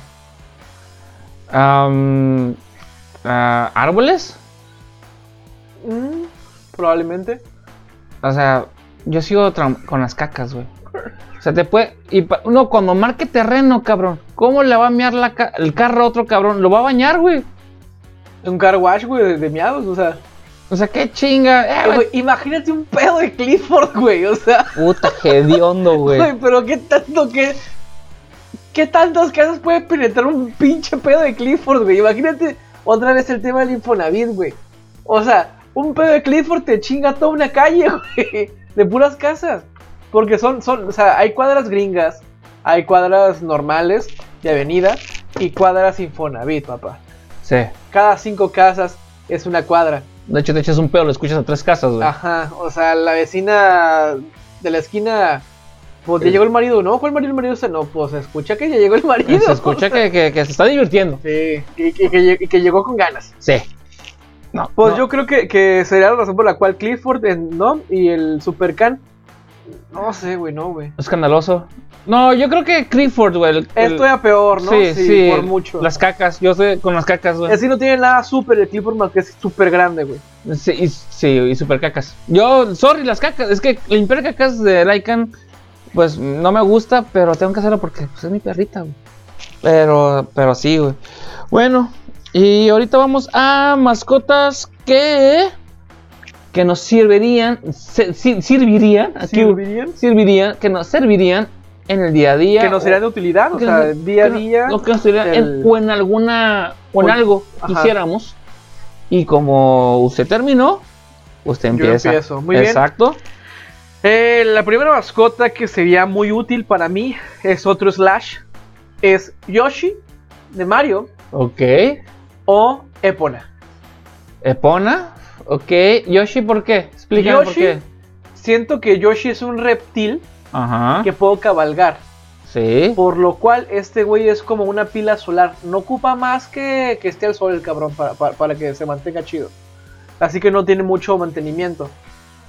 Am, ah, ¿Árboles?
mm, probablemente.
O sea, yo sigo traum- con las cacas, güey. O sea, te puede. Y pa- uno, cuando marque terreno, cabrón, ¿cómo le va a mear la ca- el carro a otro cabrón? Lo va a bañar, güey.
Un car wash, güey, de, de miados, o sea.
O sea, qué chinga. Eh,
Eh, güey, imagínate un pedo de Clifford, güey, o sea.
Puta, hediondo, güey.
güey, pero qué tanto que. ¿Qué tantas casas puede penetrar un pinche pedo de Clifford, güey? Imagínate otra vez el tema del Infonavit, güey. O sea, un pedo de Clifford te chinga toda una calle, güey. De puras casas. Porque son, son, o sea, hay cuadras gringas, hay cuadras normales de avenida y cuadras Infonavit, papá.
Sí.
Cada cinco casas es una cuadra.
De hecho, te echas un pedo, lo escuchas a tres casas, güey.
Ajá, o sea, la vecina de la esquina, pues ya llegó el marido, ¿no? ¿Cuál marido? El marido se no, pues se escucha que ya llegó el marido.
Se escucha que, que- que se está divirtiendo.
Sí, y, que- que lle- y que llegó con ganas.
Sí. No.
Pues
no.
yo creo que, que sería la razón por la cual Clifford, en- ¿no? Y el Supercan, no sé, güey, no, güey.
Escandaloso. No, yo creo que Clifford, güey. el- el-
Esto era peor, ¿no?
Sí, sí.
por mucho.
Las cacas. Yo estoy con las cacas, güey.
Es que no tiene nada súper el Clifford más que es súper grande, güey.
Sí, y, sí, y super cacas. Yo, sorry, las cacas. Es que limpiar cacas de Lycan, pues no me gusta, pero tengo que hacerlo porque pues, es mi perrita, güey. Pero, pero sí, güey. Bueno, y ahorita vamos a mascotas que. que nos servirían. se- si- servirían. Aquí, güey,
¿Servirían?
servirían. Que nos servirían en el día a día.
Que no serían de utilidad, o
que
sea,
nos-
día a
que no-
día.
no, que nos servirían en-
el-
o en alguna. o en
O-
algo
ajá.
quisiéramos. Y como usted terminó, usted
Yo
empieza.
empiezo. Muy bien.
Exacto.
Eh, la primera mascota que sería muy útil para mí es otro Slash. Es Yoshi de Mario
Ok.
o Epona.
Epona. Ok. Yoshi, ¿por qué? Explícame por
Yoshi.
qué.
Siento que Yoshi es un reptil
Ajá.
que puedo cabalgar.
Sí.
Por lo cual este güey es como una pila solar. No ocupa más que, que esté al sol el cabrón para, para- para que se mantenga chido. Así que no tiene mucho mantenimiento.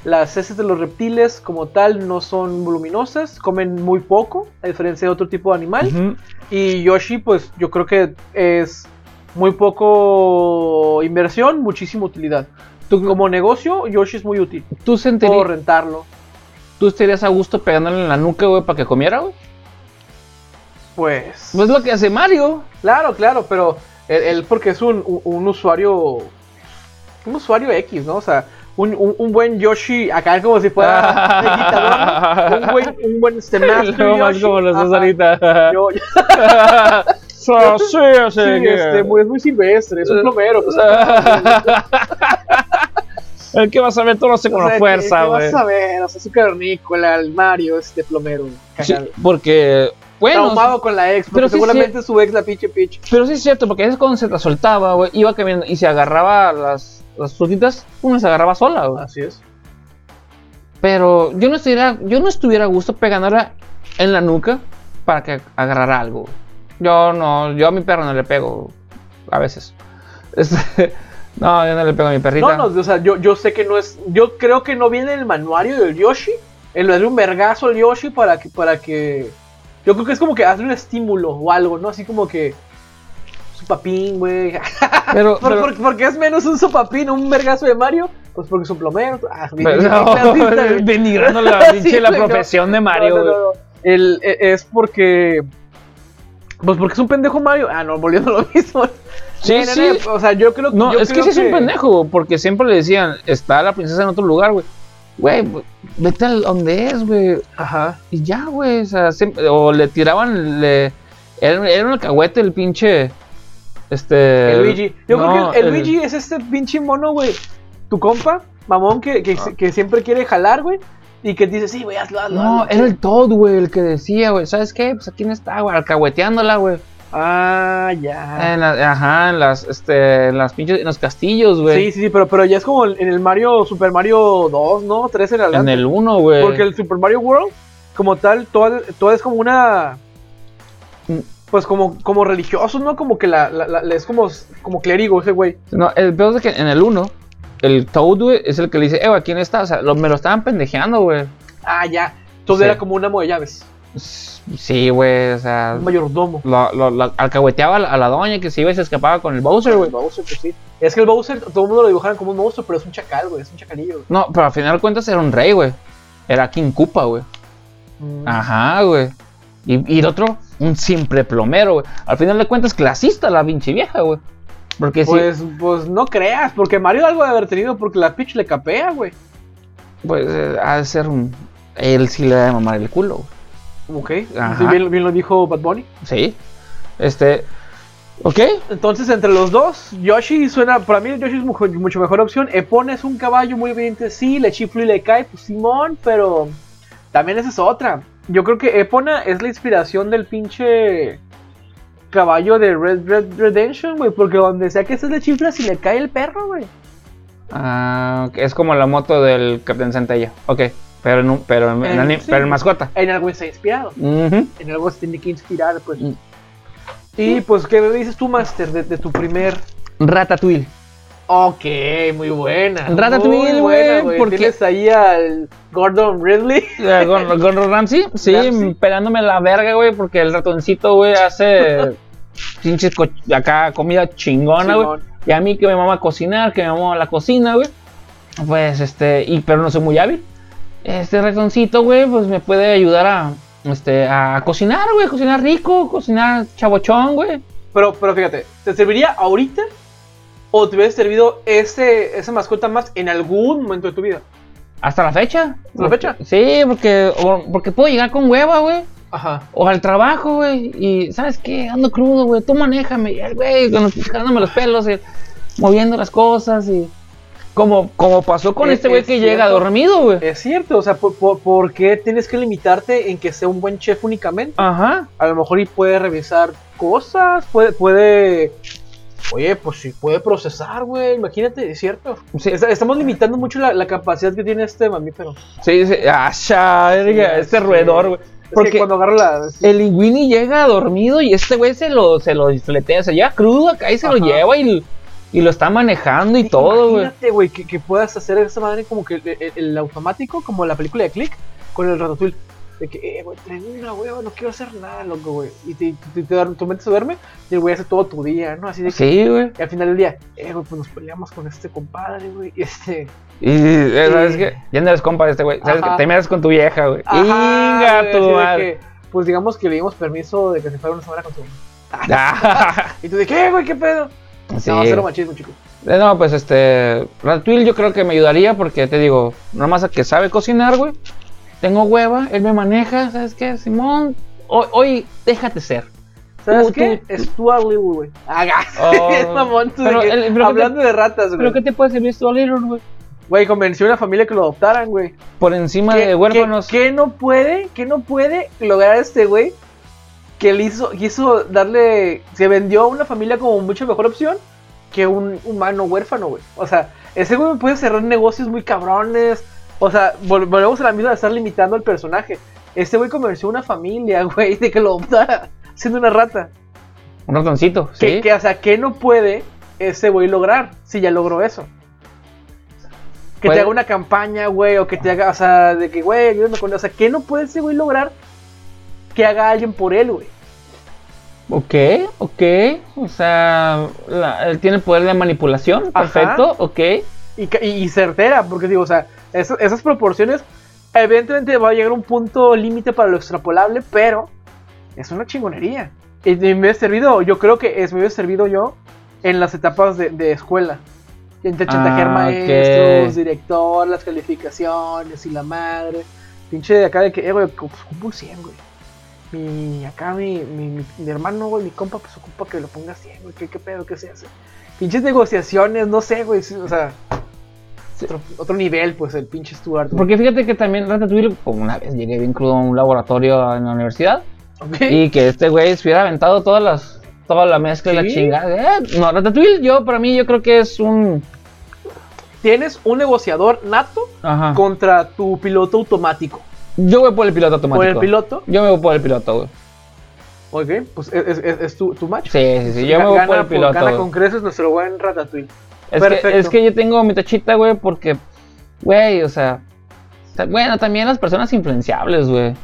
Las heces de los reptiles como tal no son voluminosas, comen muy poco, a diferencia de otro tipo de animal.
Ujú.
Y Yoshi, pues yo creo que es muy poco inversión, muchísima utilidad.
¿Tú,
Como negocio, Yoshi es muy útil.
tú, sentiri-
Puedo rentarlo.
tú estarías a gusto pegándole en la nuca, güey, para que comiera, güey?
Pues.
Pues es lo que hace Mario.
Claro, claro, pero él, él porque es un, un- un usuario. Un usuario X, ¿no? O sea, un, un- un buen Yoshi, acá como si fuera de quitador, ¿no? un buen, un buen este, Master
Lo más
Yoshi.
como los dos
Ajá.
ahorita.
Yo- yo-
Sí, sí,
Ah, sí, este, muy- es muy silvestre, es un plomero. pues,
El que va a saber todo lo hace con
o sea,
la
¿qué-
fuerza,
qué
güey.
vas a ver? O sea, su cavernícola, el Mario, este plomero.
Sí,
cagado.
porque, bueno,
Traumado con la ex, porque
pero sí,
seguramente su ex la pinche pinche.
pero sí es cierto, porque a veces cuando se la soltaba, güey, iba caminando y se agarraba las, las frutitas, uno se agarraba sola, güey.
Así es.
Pero yo no estuviera, yo no estuviera a gusto pegándola en la nuca para que agarrara algo. Yo no, yo a mi perro no le pego a veces. Este, no, yo no le pego a mi perrita.
No, no, o sea, yo, yo sé que no es. Yo creo que no viene en el manuario del Yoshi. En lo de un vergazo al Yoshi para que, para que. Yo creo que es como que hazle un estímulo o algo, ¿no? Así como que. Sopapín, güey.
pero,
¿Por,
pero-
por- por qué es menos un sopapín, un vergazo de Mario? Pues porque es un plomero. Ah, bien,
pero-
bien, bien clasista, güey.
denigrando la,
Sí,
pinche la
güey, no.
profesión de Mario.
No, no,
güey.
no, no. El- e- es porque. Pues porque es un pendejo Mario. Ah, no, volviendo a lo mismo.
Sí,
No, no,
sí.
no, O sea, yo creo
No,
yo
es que
creo
sí es un pendejo, güey, porque siempre le decían, está la princesa en otro lugar, güey. Güey, güey, vete al donde es, güey.
Ajá.
Y ya, güey. O, sea, siempre- o le tiraban, le, era, era un alcahuete el pinche. Este.
El Luigi. Yo creo
no,
que el, el Luigi es este pinche mono, güey. Tu compa, mamón, que, que,
Ah.
que siempre quiere jalar, güey. Y que dice, sí, güey, hazlo, hazlo.
No,
hazlo".
era el Todd, güey, el que decía, güey. ¿Sabes qué? Pues aquí no está, güey, alcahueteándola, güey.
Ah, ya.
En la- ajá, en las, este, en las pinches, en los castillos, güey.
Sí, sí, sí, pero, pero ya es como en el Mario, Super Mario 2, ¿no? 3 en
en
adelante.
el 1, güey.
Porque el Super Mario World, como tal, todo, todo es como una.
Mm.
Pues como, como religioso, ¿no? Como que la, la- la- es como, como clérigo ese güey.
No, el peor es que en el 1, el Toad, güey, es el que le dice, eh, güey, ¿quién está? O sea, lo- me lo estaban pendejeando, güey.
Ah, ya. Entonces
Sí.
era como un amo de llaves.
S- Sí, güey, o sea,
Un mayordomo.
lo, lo- lo alcahueteaba a la, a la doña que se iba y se escapaba con el Bowser,
El
güey.
Bowser, pues sí. Es que el Bowser, todo el mundo lo dibujaron como un monstruo, pero es un chacal, güey. Es un chacalillo. güey.
No, pero al final de cuentas era un rey, güey. Era King Koopa, güey.
Ah,
Ajá, güey. Y, y el otro, un simple plomero, güey. Al final de cuentas, clasista la pinche vieja, güey. Porque si,
Pues, pues no creas, porque Mario algo debe haber tenido porque la pitch le capea, güey.
pues, eh, ha de ser un. Él sí le da de mamar el culo, güey.
Ok,
Ajá.
sí, bien, bien lo dijo Bad Bunny.
Sí. Este. Ok.
Entonces, entre los dos, Yoshi suena. Para mí, Yoshi es mucho, mucho mejor opción. Epona es un caballo muy evidente, sí. Le chiflo y le cae, pues Simón, pero también esa es otra. Yo creo que Epona es la inspiración del pinche caballo de Red Red Redemption, güey. Porque donde sea que estés le chiflas y le cae el perro, güey.
Ah, ok, es como la moto del Capitán Centella. Ok. Pero en, un- pero en, en
Eh,
ani-
sí.
pero en mascota.
En algo está inspirado.
Ujú.
En algo se tiene que inspirar, pues.
Mm.
Y pues, ¿qué me dices tú, Master, de, de tu primer
Ratatouille.
Ok, muy buena.
Ratatouille,
muy
güey, porque-
Tienes ahí al Gordon Ridley.
Eh, Gordon Gordon Ramsay, sí,
Ramsay.
pelándome la verga, güey, porque el ratoncito, güey, hace pinches co- acá comida chingona, güey.
Simón.
Y a mí que me mama cocinar, que me mama la cocina, güey. Pues este, y pero no soy muy hábil. Este ratoncito, güey, pues me puede ayudar a este a cocinar, güey, a cocinar rico, cocinar chabochón, güey.
Pero, pero fíjate, ¿te serviría ahorita? ¿O te hubiera servido ese, esa mascota más en algún momento de tu vida?
Hasta la fecha.
¿Hasta la fecha?
Sí, porque o- porque puedo llegar con hueva, güey.
Ajá.
O al trabajo, güey. Y, ¿sabes qué? Ando crudo, güey. Tú manéjame. Y el güey, con los, jalándome los pelos, y moviendo las cosas. Y como, como pasó con
Es-
este güey
es
que llega
cierto.
dormido, güey.
Es cierto, o sea, ¿por, por, por qué tienes que limitarte en que sea un buen chef únicamente?
Ajá.
A lo mejor y puede revisar cosas, puede... puede... Oye, pues sí, puede procesar, güey, imagínate, es cierto.
Sí,
Está- Estamos limitando mucho la, la capacidad que tiene este mamífero.
sí, sí. Ah, cha, verga,
Sí,
este
sí.
roedor, güey.
Es
Porque-
que cuando agarra la...
El Linguini llega dormido y este güey se lo, se lo fletea, se lleva crudo acá y se lo
Ajá.
lleva y, y lo está manejando y
Sí,
todo, güey.
Imagínate, güey, que, que puedas hacer esa madre como que el, el- el automático, como la película de Click, con el ratatouille. De que, eh, güey, traigo una hueva, no quiero hacer nada, loco, güey. Y te, te, te, te- tu mente se duerme y el güey hace todo tu día, ¿no? Así de que.
Sí, güey.
y al final del día, eh, güey, pues nos peleamos con este compadre, güey. Y este.
Y eh, sabes que ya no eres compa de este güey. Sabes
Ajá.
que te miras con tu vieja, güey.
ajá,
Inga
güey,
tu
así de
madre.
que, Pues digamos que le dimos permiso de que se fuera una semana con su mamá.
Ah,
Y tú de, ¿qué, güey? ¿Qué pedo?
sí.
No, cero machismo, chicos.
Eh, No, pues este. Ratatouille yo creo que me ayudaría porque te digo, nomás a que sabe cocinar, güey. Tengo hueva, él me maneja, ¿sabes qué? Simón, hoy, hoy déjate ser.
¿Sabes
Tú-
qué?
tú-
Stuart Lee, güey. Haga.
Oh,
es mamón, tú de
pero
que-
el- pero-
hablando de ratas, güey.
¿Pero qué te puede servir esto, Little, güey?
Güey, convenció a una familia que lo adoptaran, güey.
Por encima
¿Qué-
de huérfanos.
qué- qué no puede, qué no puede lograr este güey que le hizo, quiso darle, se vendió a una familia como mucho mejor opción que un humano huérfano, güey. O sea, ese güey puede cerrar negocios muy cabrones. O sea, vol- volvemos a la misma de estar limitando al personaje. Este güey convenció a una familia, güey, de que lo adoptara siendo una rata.
Un ratoncito,
Que,
sí.
que, o sea, ¿qué no puede ese güey lograr si ya logró eso? Que
Puede-
te haga una campaña, güey, o que te haga, o sea, de que, güey, ayúdame con... O sea, ¿qué no puede ese güey lograr que haga alguien por él, güey?
Ok, ok. O sea, la- él tiene el poder de manipulación.
Ajá.
Perfecto, ok.
Y, ca- y- y certera, porque digo, o sea, eso- esas proporciones, evidentemente va a llegar a un punto límite para lo extrapolable, pero es una chingonería. Y me hubiera servido, yo creo que es, me hubiera servido yo en las etapas de, de escuela. Entre chantajear
Ah,
maestros,
ok.
director, las calificaciones y la madre. Pinche de acá de que, eh, güey, pues, ocupo un 100, güey. Mi, acá mi, mi, mi- mi hermano, güey, mi compa, pues ocupa que lo ponga 100, güey. ¿Qué, qué pedo? ¿Qué se hace? Pinches negociaciones, no sé, güey. sí, O sea, otro, otro nivel, pues, el pinche Stuart. güey.
Porque fíjate que también Ratatouille, como una vez llegué bien crudo a un laboratorio en la universidad.
Ok.
Y que este güey se hubiera aventado todas las, toda la mezcla y la
Sí.
chingada. Eh, no, Ratatouille, yo para mí, yo creo que es un.
Tienes un negociador nato
Ajá.
contra tu piloto automático.
Yo voy por el piloto automático.
Por el piloto.
Yo me voy por el piloto, güey.
Ok, pues es, es- es- es tu, tu match.
Sí, sí, sí. Yo me voy
Gana
por el piloto.
Gana
güey.
con creces nuestro buen Ratatouille.
Es que,
Perfecto.
es que yo tengo mi tachita, güey, porque, güey, o sea, ta- bueno, también las personas influenciables, güey.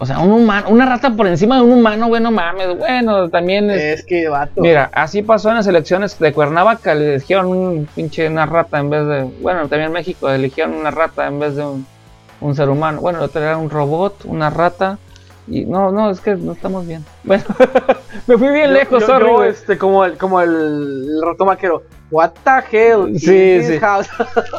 O sea, un humano, una rata por encima de un humano, güey, no mames. Bueno, también es-
Es que, vato.
Pues, Mira, así pasó en las elecciones de Cuernavaca, le eligieron un pinche una rata en vez de, bueno, también en México eligieron una rata en vez de un, un ser humano. Bueno, el otro era un robot, una rata. Y no, no, es que no estamos bien. Bueno, me fui bien lejos,
yo,
sorry.
yo,
güey.
este, como el, como el rato vaquero. What the hell? is
Sí,
this
sí.
house?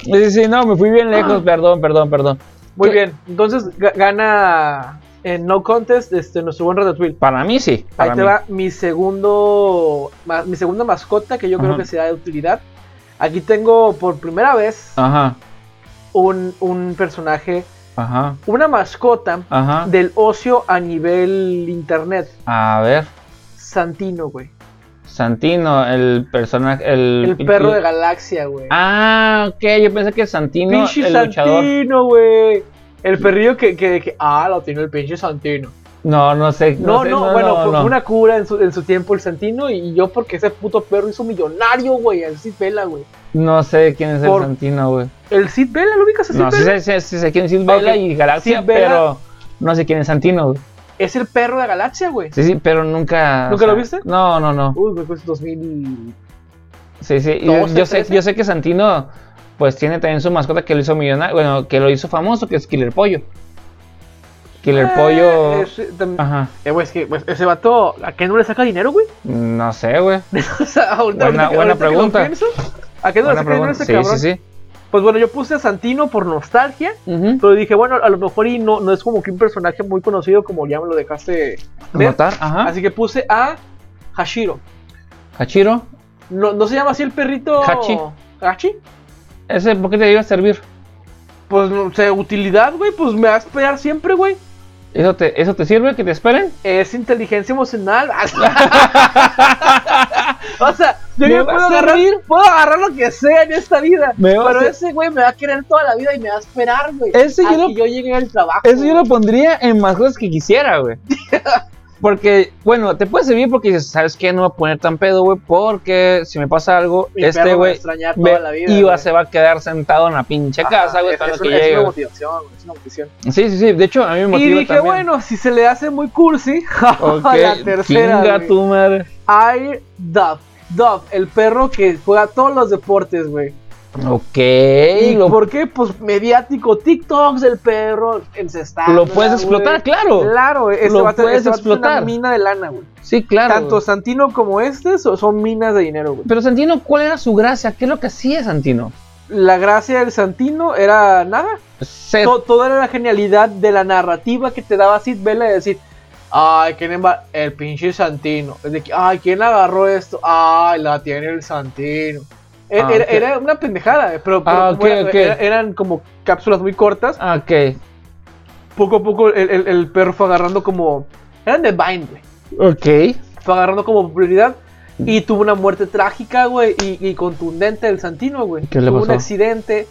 Sí, sí, no, me fui
Ah.
bien lejos, perdón, perdón, perdón.
Muy
Sí.
bien. Entonces ga- gana en No Contest este, nuestro buen Ratatouille.
Para mí sí.
Ahí
para
te
mí.
va mi segundo ma- mi segunda mascota que yo creo
Ajá.
que será de utilidad. Aquí tengo por primera vez
Ajá,
un, un personaje,
ajá,
una mascota
ajá.
del ocio a nivel internet.
A ver,
Santino, güey.
Santino, el personaje, el,
El perro de Galaxia, güey.
Ah, ok, yo pensé que Santino,
pinche
el luchador.
Santino, güey. El perrillo que, que, que- Ah, lo tiene el pinche Santino.
No, no sé.
No, no,
sé,
bueno, fue
no.
una cura en su, en su tiempo el Santino. Y yo, porque ese puto perro hizo millonario, güey. El Sid Vela, güey.
No sé quién es
Por-
el Santino, güey.
El Sid Vela, ¿lo ubicas a Sid
No, sí
Vela?
sé, sí sé- sí sé quién es Sid Vela
Ok.
y Galaxia,
Sid Vela.
pero no sé quién es Santino, güey.
Es el perro de Galaxia, güey.
Sí, sí, pero nunca.
¿Nunca lo viste?
No, no, no.
Uy, güey, pues 2000.
Sí, sí. y yo-
12,
yo, sé,
13.
yo sé que Santino, pues tiene también su mascota que lo hizo millonario. Bueno, que lo hizo famoso, que es Killer Pollo. Killer
Eh,
Pollo. Ah.
es, eh, tam-
Ajá.
Eh, güey, es que pues, ese vato, ¿a qué no le saca dinero, güey?
No sé, güey.
O sea, ahorita,
Buena-
ahorita que- ahorita
buena
que lo
pregunta.
pienso, ¿A qué no le saca
Buena
dinero ese
pregunta.
cabrón?
Sí, sí, sí.
Pues bueno, yo puse a Santino por nostalgia.
Ujú.
Pero dije, bueno, a lo mejor y no, no es como que un personaje muy conocido como ya me lo dejaste ver.
Notar, ajá.
Así que puse a Hashiro.
Hachiro.
No, ¿No se llama así el perrito?
Hachi.
¿Hachi?
Ese, ¿por qué te iba a servir?
Pues no sé, utilidad, güey, pues me va a esperar siempre, güey.
¿Eso te, ¿Eso te sirve? ¿Que te esperen?
Es inteligencia emocional. o sea, yo
Me
ya
va a
puedo agarrar, puedo agarrar lo que sea en esta vida.
Me va a
Pero
ser-
ese güey me va a querer toda la vida y me va a esperar, güey.
Ese
a
yo lo-
que yo llegue al trabajo.
Eso yo
güey.
lo pondría en más cosas que quisiera, güey. Porque, bueno, te puede servir porque dices, ¿sabes qué? No me voy a poner tan pedo, güey, porque si me pasa algo,
Mi perro me
este
va a
güey
extrañar
me-
toda la vida.
iba,
güey.
se va a quedar sentado en la pinche
Ajá,
casa, güey,
es,
hasta lo
es
que
una- es
llegue.
una
güey.
motivación, güey, es una motivación.
Sí, sí, sí, de hecho, a mí
Y
me motiva
dije,
también.
bueno, si se le hace muy cursi,
Ok,
la tercera.
chinga
güey.
tu madre.
Air Dove. Dove, el perro que juega todos los deportes, güey.
Ok,
¿Y
lo,
por qué? Pues mediático, TikToks del perro encestado.
lo puedes explotar, claro.
Claro, este
Lo
va a tener
puedes
una
explotar.
mina de lana, güey.
Sí, claro.
Tanto
güey.
Santino como este so- son minas de dinero, güey.
Pero Santino, ¿cuál era su gracia? ¿Qué es lo que hacía Santino?
La gracia del Santino era nada.
Ser
to- toda era la genialidad de la narrativa que te daba Sid Vela de decir, ay, ¿quién emba- el pinche Santino? Es de que, ay, ¿quién agarró esto? Ay, la tiene el Santino. E-
Ah,
Era,
ok.
era una pendejada, eh, pero, pero
Ah,
como
ok,
era-
ok.
era- eran como cápsulas muy cortas.
Ah, Ok,
Poco a poco el, el- el perro fue agarrando como... Eran de Vine, güey.
ok.
Fue agarrando como popularidad y tuvo una muerte trágica, güey, y, y contundente del Santino, güey.
¿Qué le
tuvo un
pasó?
accidente.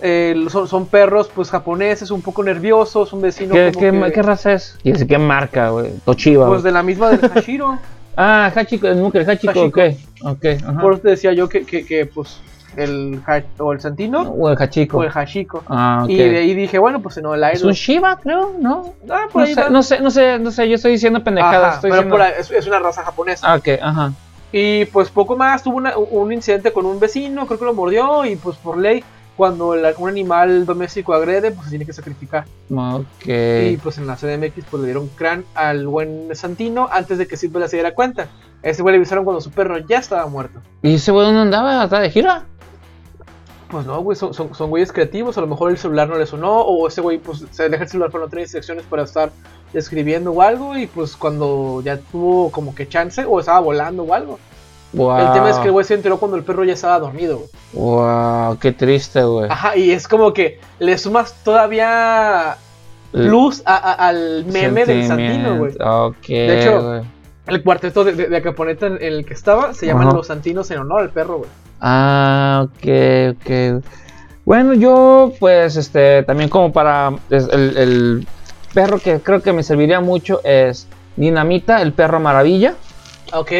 eh, son, son perros, pues, japoneses, un poco nerviosos, un vecino
¿Qué,
como
qué,
que-
ma- qué raza es? Y así, ¿qué marca, güey? Toshiba,
Pues
güey.
de la misma del Hashiro.
Ah, Hachiko, el Nuker, Hachiko, ok. Ok, ajá.
Por eso te decía yo que, que, que, pues, el ha- o el Santino
O el Hachiko.
o el Hashiko.
Ah, ok.
Y de ahí dije, bueno, pues no, el
Es
Iron.
un Shiba, creo, ¿no?
Ah, por
No
ahí va.
sé, no sé, no sé, no sé, yo estoy diciendo pendejadas.
Ajá,
estoy
pero
diciendo...
por ahí- es, es una raza japonesa.
Ah, ok, ajá.
Y pues poco más, tuvo una- un incidente con un vecino, creo que lo mordió, y pues por ley, cuando la- un animal doméstico agrede, pues se tiene que sacrificar.
Ok.
Y pues en la CDMX pues le dieron crán al buen Santino antes de que Sid Vela se diera cuenta. A Ese güey le avisaron cuando su perro ya estaba muerto.
¿Y ese güey dónde andaba? ¿Estaba de gira?
Pues no, güey, son, son, son güeyes creativos, a lo mejor el celular no le sonó, o ese güey pues se deja el celular para no tener distracciones para estar escribiendo o algo, y pues cuando ya tuvo como que chance, o estaba volando o algo.
Wow.
El tema es que el güey se enteró cuando el perro ya estaba dormido, güey.
Wow, qué triste, güey.
Ajá, y es como que le sumas
Eh,
todavía luz a- a- al meme del Santino, güey.
Ok.
De hecho,
güey.
El cuarteto de, de, de Acaponeta en, en el que estaba se llaman
Ajá.
Los Santinos en honor al perro, güey.
Ah, ok, ok. Bueno, yo pues este también como para es- el, el perro que creo que me serviría mucho es Dinamita, el perro maravilla.
Ok,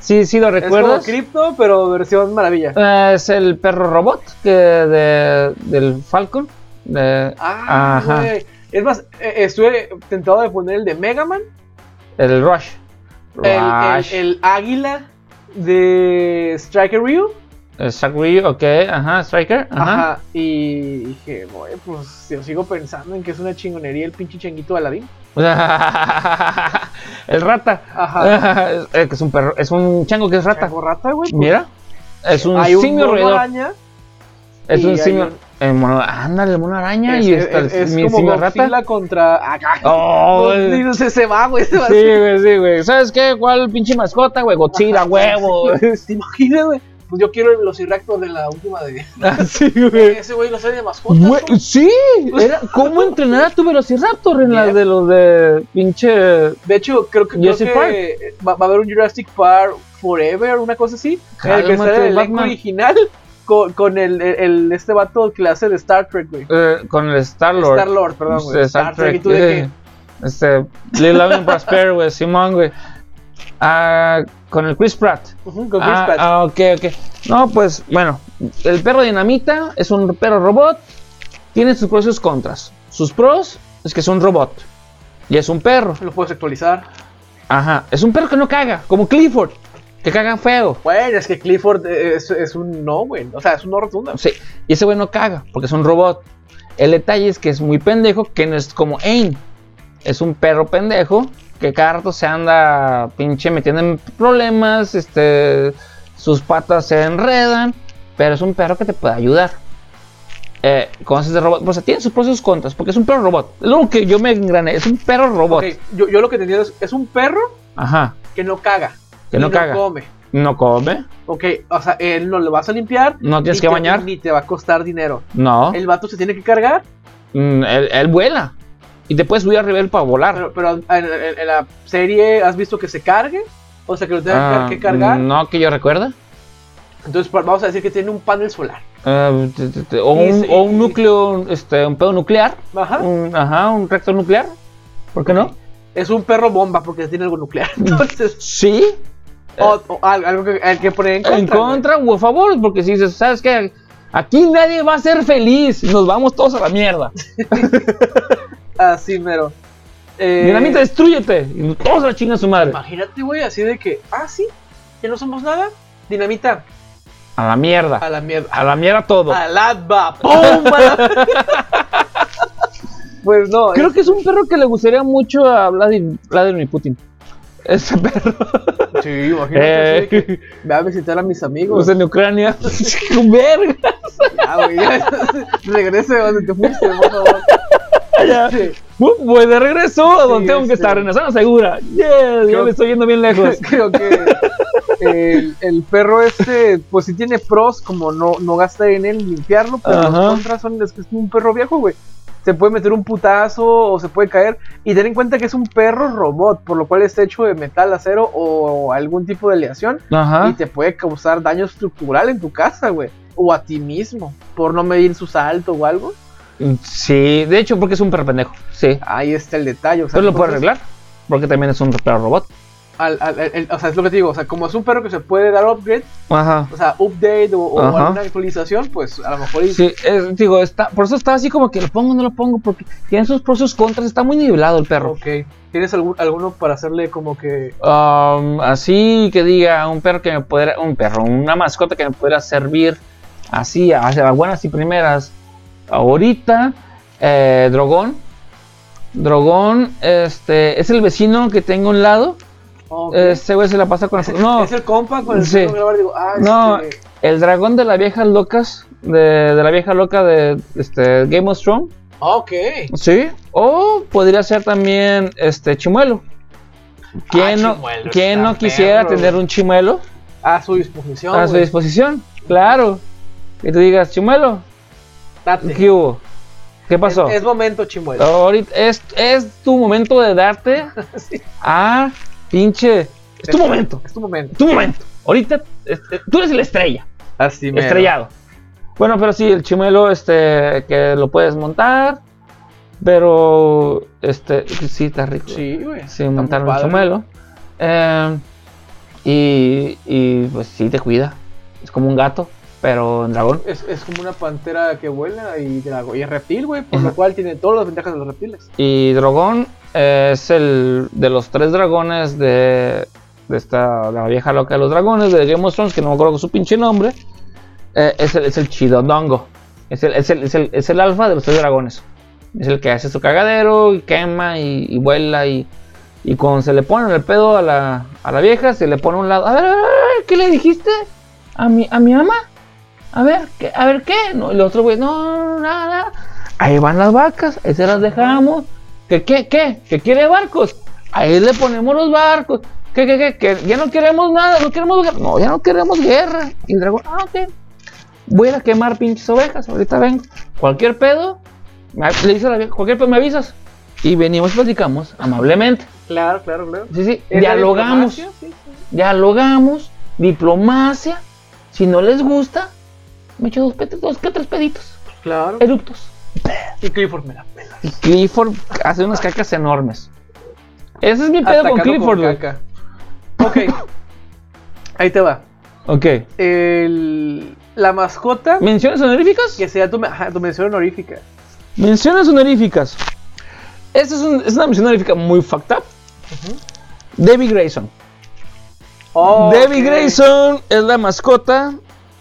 Sí, sí lo
es como
recuerdas.
cripto, pero versión maravilla.
Eh, Es el perro robot que de, del Falcon. de-
Ah,
Ajá.
güey. Es más, eh, estuve tentado de poner el de Mega Man,
el Rush.
el, el-
Rush.
el águila de Striker Ryu
Eh, Zachary, ok, ajá, Striker, ajá.
Ajá. Y dije, güey, pues yo sigo pensando en que es una chingonería el pinche changuito Aladín.
el rata.
Ajá.
Es- eh, que es un perro, es un chango que es rata.
Chango rata, güey. pues,
Mira, es un
Hay un
simio
mono
roedor.
araña.
Es
y
un
hay
simio.
un-
El mono, ándale, el mono araña
Es, eh,
y está el
es- es
simio
como
simio
Godzilla
rata.
contra. Acá.
Oh,
Y
el-
no sé, se va, güey. Se va
sí, güey, sí, güey. ¿Sabes qué? ¿Cuál pinche mascota, güey? Godzilla, huevo.
¿Te imaginas, güey? Pues yo quiero el velociraptor de la última de.
Así, güey.
Ese güey lo sale de mascota.
Güey, sí, era cómo entrenar a tu velociraptor en las de los de pinche
De hecho, creo que, creo
Jurassic
que
Park.
eh, va, va a haber un Jurassic Park Forever, una cosa así. en El que
Cálmate,
sale el elenco
Batman.
original con, con el, el- el- este vato que le hace de Star Trek, güey.
eh, con el Star Lord.
Star Lord, perdón, güey. Star Trek. ¿Y tú de qué?
Este, Lil Lavin Prosper, güey, Simón, güey. Ah, con el Chris Pratt.
Ujú, con Chris
ah,
Pratt.
ah, ok, ok. No, pues, bueno, el perro dinamita es un perro robot. Tiene sus pros y sus contras. Sus pros es que es un robot. Y es un perro.
Lo puedes actualizar.
Ajá. Es un perro que no caga, como Clifford, que caga feo.
Bueno, es que Clifford eh, es, es un no, güey. O sea, es un no rotunda.
Sí, y ese güey no caga, porque es un robot. El detalle es que es muy pendejo, que no es como Ain. Es un perro pendejo que cada rato se anda pinche metiendo en problemas, este, sus patas se enredan, pero es un perro que te puede ayudar. Eh, cosas de robot, o sea, tiene sus pros y sus contras, porque es un perro robot. Es lo que yo me engrané, es un perro robot.
Ok, yo, yo lo que te entiendo es, es un perro
Ajá,
que no caga.
que
y
no caga.
come.
No come,
Ok, o sea, él no le vas a limpiar.
no tienes
ni
que
te-
bañar,
Ni te va a costar dinero.
no.
El vato se tiene que cargar.
Mm, él, él vuela. Y te puedes subir arriba de él para volar.
Pero, pero en, en- en la serie has visto que se cargue, o sea que lo tengan
Ah,
que cargar.
No, que yo recuerda.
Entonces pa- vamos a decir que tiene un panel solar.
Ah, te- te- te- o,
Y
un,
se-
o un
y-
núcleo, un, este, un pedo nuclear.
Ajá.
Un, ajá, un reactor nuclear. ¿Por qué no?
Es un perro bomba porque tiene algo nuclear.
Mm.
Entonces,
Sí,
o, o al- algo que hay que poner en contra.
en contra o a favor. Porque si dices, ¿sabes qué? Aquí nadie va a ser feliz. Nos vamos todos a la mierda.
güey. Así mero. Eh,
Dinamita, destruyete. Y todos a la chinga a su madre.
Imagínate, güey, así de que, ah, sí, ya no somos nada. Dinamita,
A la mierda.
a la mierda.
A la mierda todo.
A la vapor. pues no.
Creo que es un perro que le gustaría mucho a Vladi- Vladimir Putin. Ese perro.
es- Sí, imagínate. así de que,
Eh.
Ve a visitar a mis amigos.
Pues en Ucrania. Verga.
Ah, güey, ya. Regrese de donde te fuiste, por favor. Sí.
Uh, pues de regreso a
Sí,
donde tengo que
este-
estar, en la zona segura. Yes, yo
Creo-
me estoy yendo bien lejos.
Creo que el, el perro este, pues sí tiene pros, como no, no gastar en él limpiarlo, pero
Ajá.
los contras son es que es un perro viejo, güey. Se puede meter un putazo o se puede caer. Y ten en cuenta que es un perro robot, por lo cual está hecho de metal, acero o algún tipo de aleación. Y
Ajá.
te puede causar daño estructural en tu casa, güey. O a ti mismo, por no medir su salto o algo.
Sí, de hecho, porque es un perro pendejo. Sí.
Ahí está el detalle. o sea,
Pero lo puede
entonces-
arreglar. Porque también es un perro robot.
al- al- al- el- o sea, es lo que te digo, o sea, como es un perro que se puede dar upgrade,
Ajá.
o sea, update o, o
Ajá.
alguna actualización, pues a lo mejor y-
Sí, es- digo, está, por eso está así como que lo pongo o no lo pongo, porque tiene sus pros y sus contras, está muy nivelado el perro.
Ok. ¿Tienes algún, alguno para hacerle como que
Um, así que diga, un perro que me pudiera, un perro, una mascota que me pudiera servir así, a, a buenas y primeras. Ahorita, eh, Drogón. Drogón, este, es el vecino que tengo a un lado.
oh, ok,
Ese güey se la pasa con... No,
es el compa con el
sí.
que tengo que grabar digo, ah,
No.
este,
el dragón de las viejas locas, de, de la vieja loca de este, Game of Thrones.
ok.
Sí. O podría ser también este chimuelo. ¿Quién
Ah,
no,
Chimuelo,
quién
está
no quisiera
perro,
tener un chimuelo
A su disposición.
a su
güey.
disposición? Claro. Que tú digas, chimuelo,
Date.
¿qué hubo? ¿Qué pasó? Oh.
Es, es momento, chimuelo.
Ahorita es, es tu momento de darte
Sí.
a pinche. Es tu momento,
Es tu momento.
es tu momento. Ahorita es- tú eres la estrella.
Así
estrellado. Bueno, pero sí, el chimuelo, este, que lo puedes montar, pero, este, sí, está rico.
Sí, güey.
Sí,
está muy
montar un
padre.
chimuelo. Eh, y, y, pues sí, te cuida. Es como un gato, pero en dragón.
Es, es como una pantera que vuela y, drago- y es reptil, güey, por
Ajá.
lo cual tiene todas las ventajas de los reptiles.
Y dragón eh, es el de los tres dragones de, de esta, de la vieja loca de los dragones, de Game of Thrones, que no me acuerdo su pinche nombre. Eh, es, el, es el chidodongo. Es el, es, el, es, el, es el alfa de los tres dragones. Es el que hace su cagadero y quema y, y vuela y, y cuando se le pone el pedo a la, a la vieja, se le pone a un lado. A ver, a ver, a ver, ¿qué le dijiste? ¿A mi, a mi mamá? A ver, ¿qué, a ver qué. No, y los otros güeyes, no, nada, nada. Ahí van las vacas, ahí se las dejamos. ¿Qué, qué, qué? ¿Qué quiere barcos? Ahí le ponemos los barcos. ¿Qué, qué, qué? qué? Ya no queremos nada, no queremos guerra. No, ya no queremos guerra. Y el dragón, ah, ok. Voy a quemar pinches ovejas, ahorita vengo. Cualquier pedo, me, le dice a la vieja, cualquier pedo me avisas. Y venimos, platicamos amablemente.
Claro, claro, claro.
Sí, sí, dialogamos.
¿Es la diplomacia? Sí, sí.
Dialogamos, diplomacia. Si no les gusta, me echo dos, peditos, dos que tres peditos.
Claro.
Eruptos.
Y Clifford me la pela.
Y Clifford hace unas cacas enormes. Ese es mi pedo con
Atacando
Clifford,
con
güey.
caca. Ok. Ahí te va.
Ok.
El- la mascota
¿Menciones honoríficas?
que sea tu, me- ajá, tu mención honorífica.
Menciones honoríficas. Esta es, un- es una mención honorífica muy fucked up. Debbie Grayson.
Oh,
Debbie
ok.
Grayson es la mascota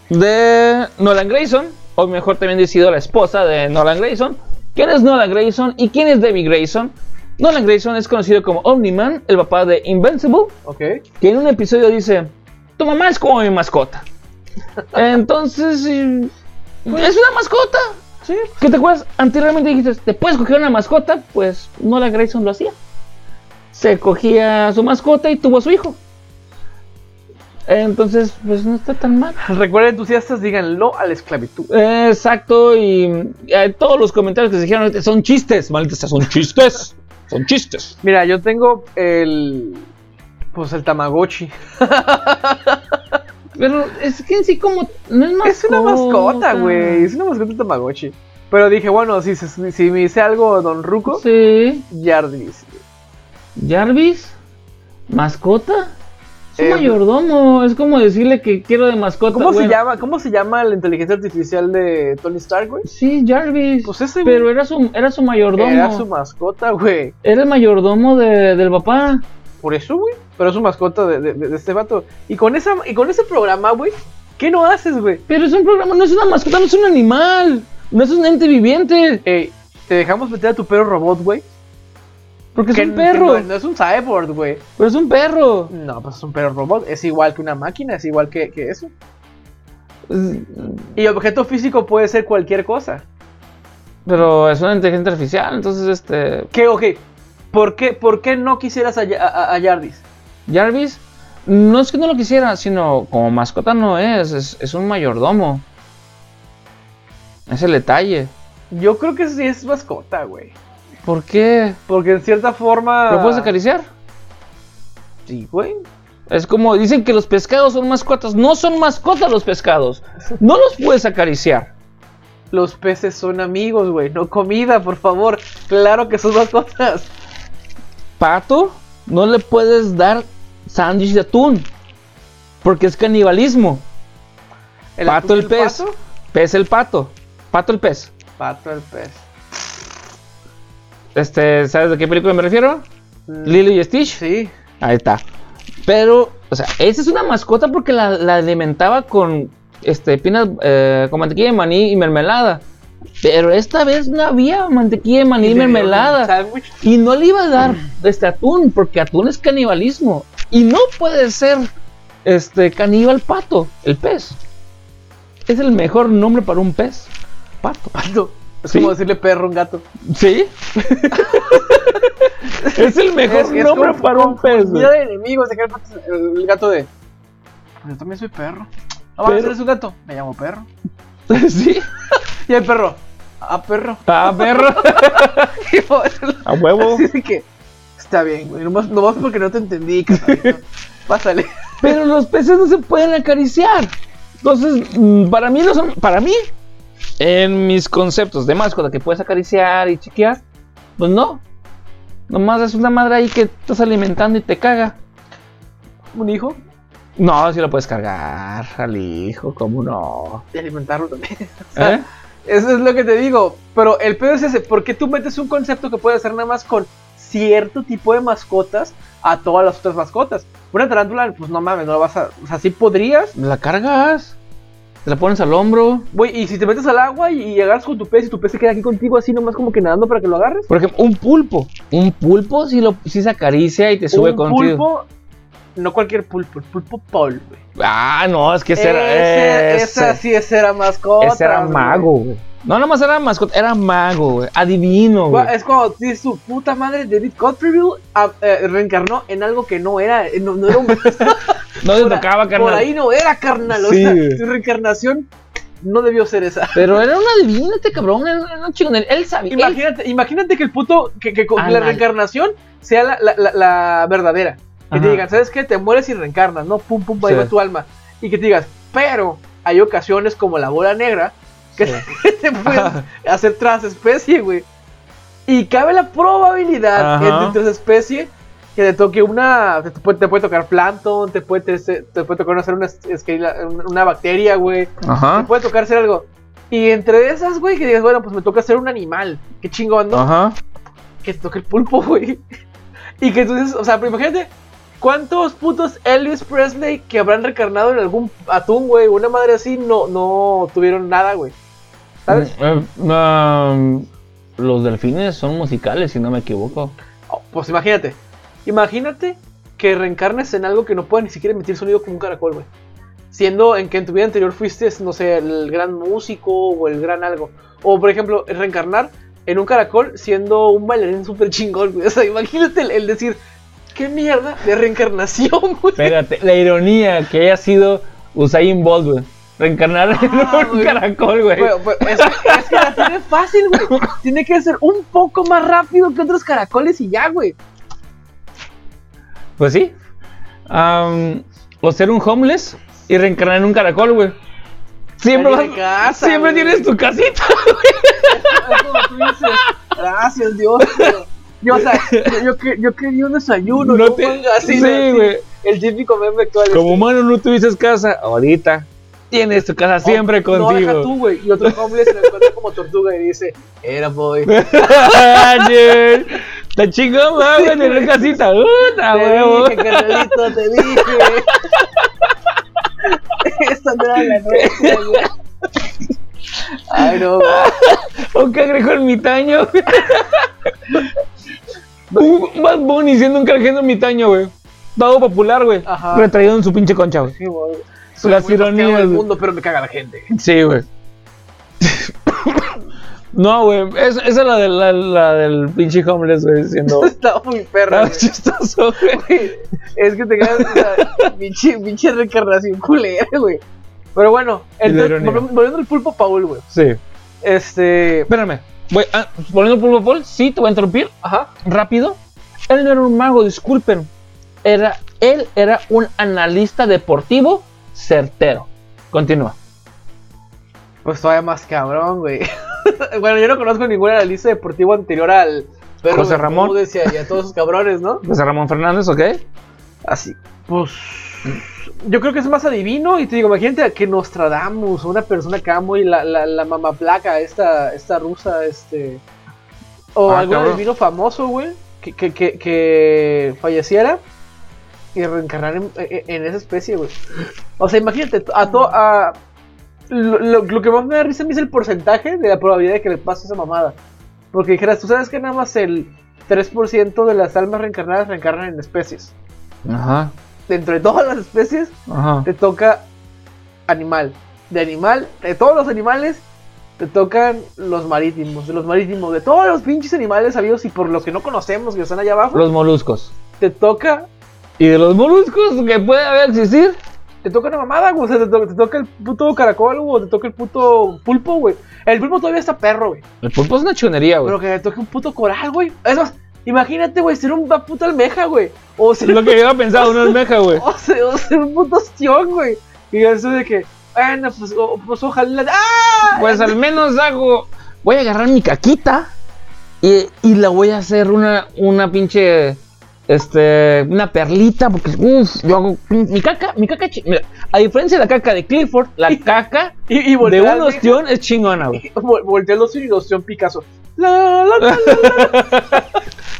de Nolan Grayson, o mejor también decido la esposa de Nolan Grayson. ¿Quién es Nolan Grayson y quién es Debbie Grayson? Nolan Grayson es conocido como Omniman, el papá de Invincible,
Ok.
que en un episodio dice, tu mamá es como mi mascota. Entonces, eh, es una mascota.
Sí.
¿Qué te acuerdas? Anteriormente dijiste, ¿te puedes coger una mascota? Pues Nolan Grayson lo hacía. Se cogía su mascota y tuvo a su hijo. Entonces, pues no está tan mal.
Recuerden, entusiastas, díganlo a la esclavitud.
Eh, Exacto, y eh, todos los comentarios que se dijeron ahorita son chistes, maldita sea, son chistes. Son chistes.
Mira, yo tengo el. Pues el Tamagotchi.
Pero es que en sí como no es mascota.
Es una mascota, güey. Es una mascota Tamagotchi. Pero dije, bueno, si, se- si me dice algo Don Ruco,
Sí.
Yardis.
Jarvis, mascota. Es un
Eh,
mayordomo, es como decirle que quiero de mascota.
¿Cómo se
bueno.
llama? ¿Cómo se llama la inteligencia artificial de Tony Stark, güey?
Sí, Jarvis.
Pues ese güey
Pero era su, era su mayordomo.
era su mascota, güey.
Era el mayordomo de- del papá.
Por eso, güey. Pero es su mascota de, de- de- de este vato. Y con esa, y con ese programa, güey, ¿qué no haces, güey?
Pero es un programa, no es una mascota, no es un animal. No es un ente viviente.
Ey, te dejamos meter a tu perro robot, güey.
Porque es
Que-
un
que
perro.
no, no es un cyborg, güey.
Pero es un perro.
No, pues es un perro robot. Es igual que una máquina, es igual que, que eso.
Es-
Y objeto físico puede ser cualquier cosa.
Pero es una inteligencia artificial, entonces este.
¿Qué, ok? ¿Por qué, por qué no quisieras a, Ya- a- a Yardis?
Jarvis, no es que no lo quisiera, sino como mascota no es, es, es un mayordomo. Es el detalle.
Yo creo que sí es mascota, güey.
¿Por qué?
Porque en cierta forma.
¿Lo puedes acariciar?
Sí, güey.
Es como dicen que los pescados son mascotas. No son mascotas los pescados. No los puedes acariciar.
Los peces son amigos, güey. No comida, por favor. Claro que son mascotas.
Pato, no le puedes dar sándwich de atún. Porque es canibalismo. Pato
atún del
el pez.
Pato?
Pez el pato. Pato el pez.
Pato el pez.
Este, ¿sabes de qué película me refiero?
Mm.
Lilo y Stitch.
Sí.
Ahí está. Pero, o sea, esa es una mascota porque la, la alimentaba con este, pinas eh, con mantequilla de maní y mermelada. Pero esta vez no había mantequilla de maní y,
le dieron un
mermelada.
Sándwich.
Y no le iba a dar
Mm.
este atún, porque atún es canibalismo. Y no puede ser este caníbal pato, el pez. Es el mejor nombre para un pez. Pato.
Pato. Es
Sí.
como decirle perro a un gato.
¿Sí? es el mejor
Es- es
nombre
como-
para un
como-
pez. güey.
Mira de enemigos, dejar el, el gato de. Pues yo también soy perro. Ah,
Pero-
pero... eres un gato. Me llamo perro.
sí.
Y el perro. Ah, perro.
Ah, perro.
Y yo, así
A huevo.
de que. Está bien, güey. Nomás, nomás porque no te entendí, carnalito. Pásale.
Pero los peces no se pueden acariciar. Entonces, mm, para mí, no son, para mí, en mis conceptos de mascota que puedes acariciar y chiquear, pues no. Nomás es una madre ahí que estás alimentando y te caga.
Un hijo.
No, si lo puedes cargar al hijo, ¿cómo no?
Y alimentarlo también. O sea,
¿Eh?
Eso es lo que te digo. Pero el pedo es ese. ¿Por qué tú metes un concepto que puede hacer nada más con cierto tipo de mascotas a todas las otras mascotas? Una tarántula, pues no mames, no la vas a. O sea, sí podrías.
¿La cargas? Te la pones al hombro.
Güey, y si te metes al agua y, y agarras con tu pez y tu pez se queda aquí contigo así nomás como que nadando para que lo agarres.
Por ejemplo, un pulpo. Un pulpo si lo, si se acaricia y te sube
un
contigo.
pulpo, no cualquier pulpo, el pulpo Paul, güey.
Ah, no, es que ese, era.
Ese-
Ese,
Esa sí, ese era mascota.
ese era
güey.
mago, güey. No, nomás era mascota, era mago, güey. Adivino,
Gua-
güey.
Es cuando dice su puta madre David Copperfield ah, eh, reencarnó en algo que no era, eh, no, no era un-
No te
por a-
tocaba,
por
carnal.
ahí no era carnal, o
Sí,
sea,
güey.
su reencarnación no debió ser esa.
Pero era un adivino este cabrón, era una chingonería. Él sabía. él-
Imagínate, imagínate que el puto, que, que con la
Anal.
reencarnación sea la, la- la- la verdadera. Que
Ajá.
te digan, ¿sabes qué? Te mueres y reencarnas, ¿no? Pum, pum, ahí
Sí.
va tu alma. Y que te digas, pero hay ocasiones como la bola negra que
Sí.
te pueden hacer transespecie, güey. Y cabe la probabilidad
Ajá.
entre transespecie que te toque una. Te puede, te puede tocar plancton, te puede, te, te puede tocar hacer una, esquila- una bacteria, güey. Te
Ajá.
puede tocar hacer algo. Y entre esas, güey, que digas, bueno, pues me toca hacer un animal. Qué chingón, ¿no?
Ajá.
Que te toque el pulpo, güey. Y que entonces, o sea, pero imagínate, ¿cuántos putos Elvis Presley que habrán reencarnado en algún atún, güey? Una madre así no, no tuvieron nada, güey. ¿Sabes?
Eh, um, los delfines son musicales, si no me equivoco.
Oh, pues imagínate. Imagínate que reencarnes en algo que no pueda ni siquiera emitir sonido como un caracol, güey. Siendo en que en tu vida anterior fuiste, no sé, el gran músico o el gran algo. O por ejemplo, reencarnar en un caracol siendo un bailarín súper chingón, güey. O sea, imagínate el, el decir, qué mierda de reencarnación, güey.
Pégate, la ironía que haya sido Usain Bolt, güey. Reencarnar en
Ah,
un
güey.
caracol, güey.
Pero- pero es, es que la tiene fácil, güey. Tiene que ser un poco más rápido que otros caracoles y ya, güey.
Pues sí. Am, o ser un homeless y reencarnar en un caracol, güey. Siempre,
Ya tiene
vas-
casa,
siempre
güey.
tienes tu casita.
Es como tú dices, gracias Dios. pero Yo, o sea, yo, yo, que- yo quería un desayuno,
No
no
te-
te...
sí, güey.
El típico meme actual.
Como humano no tuvieses casa, ahorita tienes tu casa siempre
Oh, No, No, deja
contigo.
tú, güey. Y otro homeless se lo encuentra como tortuga y dice, era boy. Te
Ay, Está chingón, va, güey, tener casita. Puta, huevo.
dije, carnalito, te dije. Esta no era la nuestra, güey. Ay, no, güey.
Un cangrejo ermitaño. un Bad Bunny siendo un cangrejo ermitaño, güey. Todo popular, güey.
Ajá.
Retraído en su pinche concha, güey.
Sí, güey. Soy
Las
muy mascado
ironías.
del
güey.
mundo, pero me caga la gente.
Sí, güey. no, güey. es- esa es la, de, la, la del pinche homeless, güey. Siendo.
Estaba muy perra.
Estaba
güey.
chistoso, güey.
Es que te quedas, o sea, pinche, pinche reencarnación culera, güey. Pero bueno,
Y la
entonces,
ironía.
volviendo volviendo al pulpo Paul, güey.
Sí.
Este.
Espérame. Voy, ah, poniendo pulpo Paul, sí, te voy a interrumpir.
Ajá.
rápido, él no era un mago, disculpen. Era, él era un analista deportivo certero. Continúa.
Pues todavía más cabrón, güey. bueno, yo no conozco ningún analista deportivo anterior al. Pedro
José Ramón.
Bermúdez Y a, y a todos esos cabrones, ¿no?
José Ramón Fernández, ¿ok?
Así. Pues. Yo creo que es más adivino. Y te digo, imagínate que Nostradamus, una persona acá muy. La, la, la mamá placa, esta, esta rusa, este. O
Ah,
algún
cabrón.
adivino famoso, güey. Que, que, que, que falleciera. Y reencarnar en, en- en esa especie, güey. O sea, imagínate, a to- a- lo, lo- lo que más me da risa a mí es el porcentaje de la probabilidad de que le pase esa mamada. Porque dijeras, tú sabes que nada más el 3% de las almas reencarnadas reencarnan en especies
Ajá,
dentro de todas las especies,
ajá.
te toca animal. De animal, de todos los animales, te tocan los marítimos. De los marítimos, de todos los pinches animales sabidos y por los que no conocemos que están allá abajo,
Los moluscos.
te toca.
Y de los moluscos que puede haber existir,
Te toca una mamada, güey. O sea, te, to- te toca el puto caracol, güey. o Te toca el puto pulpo, güey. El pulpo todavía está perro, güey.
el pulpo es una chonería, güey.
Pero que te toque un puto coral, güey. Es más, imagínate, güey, ser un puto almeja, güey. O
Es
ser
Lo que yo había pensado, una almeja, güey.
O sea, o sea, un puto ostión, güey. Y eso de que, bueno, pues, o- pues ojalá. ¡Ah!
Pues al menos hago. Voy a agarrar mi caquita y, y la voy a hacer una, una pinche. Este. Una perlita, porque. Uff, yo hago. Mi caca, mi caca. chi- mira, a diferencia de la caca de Clifford, la caca
Y, y
de
voltea
un
al-
ostión es chingona, güey.
vol- Voltea el ostión y el ostión Picasso. La, la, la, la, la.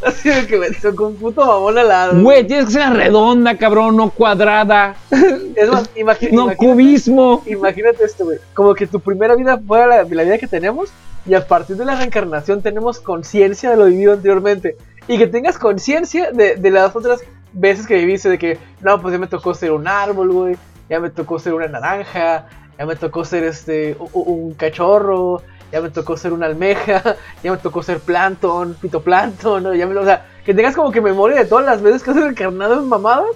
Así, Así que me tocó un puto mamón al lado.
Güey, tienes que ser redonda, cabrón, no cuadrada,
Es más, imagi-
no
imagínate,
cubismo.
imagínate esto, güey. Como que tu primera vida fuera la, la vida que tenemos y a partir de la reencarnación tenemos conciencia de lo vivido anteriormente. Y que tengas conciencia de, de las otras veces que viviste, de que, no, pues ya me tocó ser un árbol, güey. Ya me tocó ser una naranja. Ya me tocó ser este u- u- un cachorro. Ya me tocó ser una almeja. Ya me tocó ser plantón, fitoplancton, ¿no? Ya me, o sea, que tengas como que memoria de todas las veces que has reencarnado en mamadas.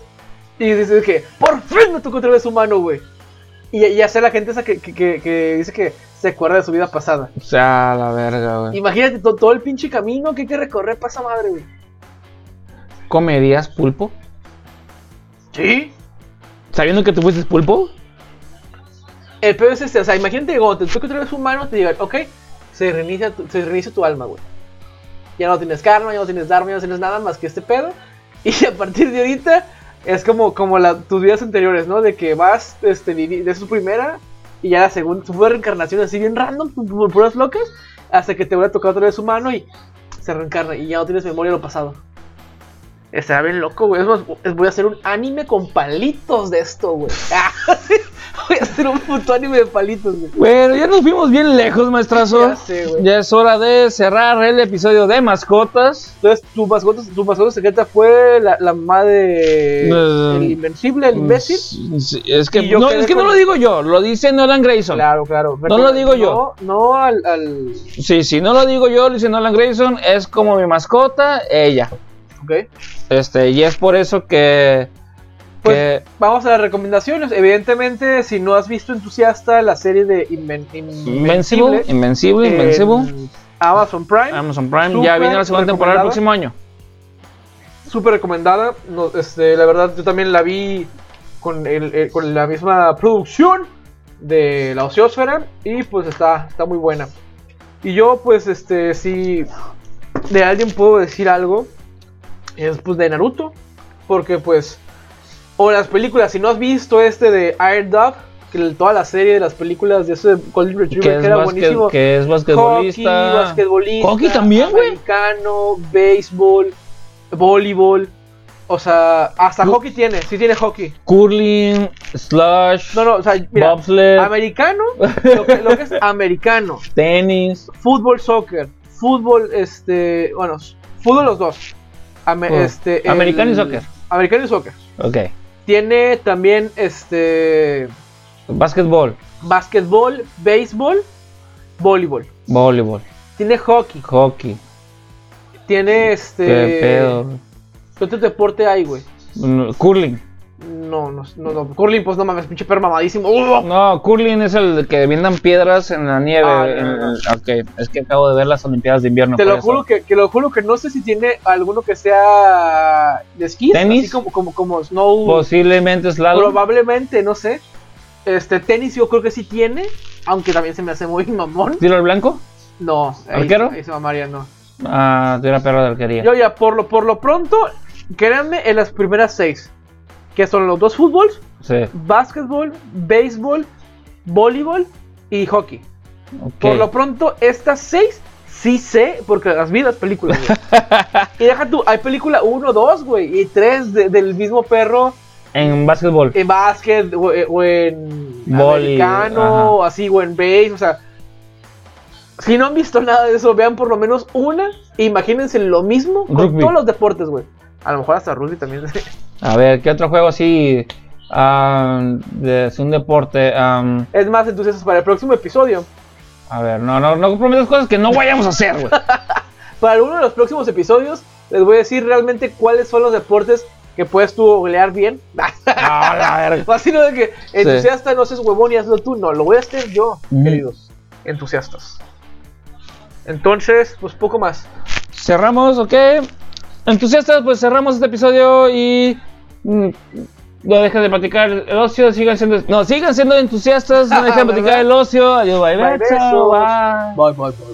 Y dices que, por fin me tocó otra vez humano, güey. Y, y hacer la gente esa que, que- que- que dice que se acuerda de su vida pasada.
O sea, la verga, güey.
Imagínate to- todo el pinche camino que hay que recorrer para esa madre, güey.
¿Comerías pulpo?
¿Sí?
¿Sabiendo que tú fuiste pulpo?
El peor es este, o sea, imagínate que cuando te toca otra vez humano, te digan, ok, se reinicia tu, se reinicia tu alma, güey. Ya no tienes karma, ya no tienes dharma, ya no tienes nada más que este pedo. Y a partir de ahorita, es como, como la, tus vidas anteriores, ¿no? De que vas, este, vivi- de su primera, y ya la segunda, tu fue reencarnación así bien random, pu- pu- puras locas, hasta que te vuelve a tocar otra vez humano y se reencarna, y ya no tienes memoria de lo pasado. Está bien loco, güey. Es más, voy a hacer un anime con palitos de esto, güey. Ah, Voy a hacer un puto anime de palitos, güey.
Bueno, ya nos fuimos bien lejos, maestrazo.
Ya sé, güey.
Ya es hora de cerrar el episodio de mascotas.
Entonces, tu mascota, tu mascota secreta fue la, la mamá de.
Eh,
el invencible, el imbécil.
Sí, Es que,
Y yo
no,
quedé
es que no
con-
lo digo yo, lo dice Nolan Grayson.
Claro, claro.
No lo digo yo.
No, no al, al.
Sí, sí, no lo digo yo, lo dice Nolan Grayson, es como mi mascota, ella.
Ok.
Este, y es por eso que...
Pues-
que-
Vamos a las recomendaciones. Evidentemente, si no has visto Entusiasta, la serie de Inven-
Invencible,
Invencible.
Invencible,
en
Invencible.
Amazon Prime.
Amazon Prime, ya
súper
viene la segunda temporada
recomendada.
el próximo año.
súper recomendada. No, este, la verdad, yo también la vi con, el- el- con la misma producción de la Oceosfera y pues está, está muy buena. Y yo, pues, este, si de alguien puedo decir algo, es pues de Naruto, porque pues, o las películas, si no has visto este de Iron Dove, que el- toda la serie de las películas de ese Golden Retriever
Que
que,
es,
era
basque-
buenísimo.
que es basquetbolista.
Hockey, basquetbolista.
Hockey también, güey.
Americano, béisbol, voleibol. O sea, hasta
No.
hockey tiene, sí tiene hockey.
Curling, slash,
No, no, o sea, mira,
bobsled,
americano, lo que, lo que es americano,
tenis.
fútbol, soccer, fútbol, este, bueno, s- fútbol los dos. Ame-
Oh.
este, el-
Americano y soccer.
Americano y soccer.
Ok.
Tiene también, este,
Básquetbol,
básquetbol, béisbol, voleibol.
voleibol,
Tiene hockey,
hockey.
tiene, este,
Qué pedo.
¿Qué otro deporte hay, güey?
Mm, Curling.
No, no, no, no. Curling, pues no mames, pinche perro mamadísimo. ¡Ugh!
No, curling es el de que viendan piedras en la nieve.
Ah, no,
en- Ok, es que acabo de ver las Olimpiadas de invierno.
te
por
lo
eso.
juro que, que lo juro que no sé si tiene alguno que sea de esquí.
¿Tenis? Pues,
Así como, como, como snow.
Posiblemente slalom.
probablemente, no sé. Este, tenis yo creo que sí tiene, aunque también se me hace muy mamón.
¿Tiro al blanco?
No. ahí-
¿Arquero?
Ahí se mamaría, no.
Ah, tiro a perro de arquería.
Yo ya, por lo, por lo pronto, créanme en las primeras seis. Que son los dos fútbols,
Sí,
básquetbol, béisbol, voleibol y hockey.
ok.
Por lo pronto, estas seis sí sé, porque las vi en las películas, güey. y deja tú, hay película 1, 2, güey, y 3 del mismo perro
En básquetbol.
en básquet o, eh, o en
Voli,
americano,
ajá.
o así, o en base, o sea. Si no han visto nada de eso, vean por lo menos una. e imagínense lo mismo con
Rugby.
todos los deportes, güey. A lo mejor hasta rugby también.
A ver, ¿qué otro juego así? ah, de, es un deporte. ah,
es más, entonces, para el próximo episodio,
a ver, no, no, no prometas cosas que no vayamos a hacer, güey.
Para uno de los próximos episodios les voy a decir realmente cuáles son los deportes que puedes tú googlear bien.
Ah, la verga.
Así no de que entusiasta no seas huevón y hazlo tú. No, lo voy a hacer yo,
Mm.
queridos entusiastas. Entonces, pues poco más.
Cerramos, ok. Entusiastas, pues cerramos este episodio y. mm, No dejen de platicar el ocio, sigan siendo. No, sigan siendo entusiastas, no dejen de platicar el ocio. Adiós, bye,
Bye,
beso,
besos.
bye.
Bye, bye, bye.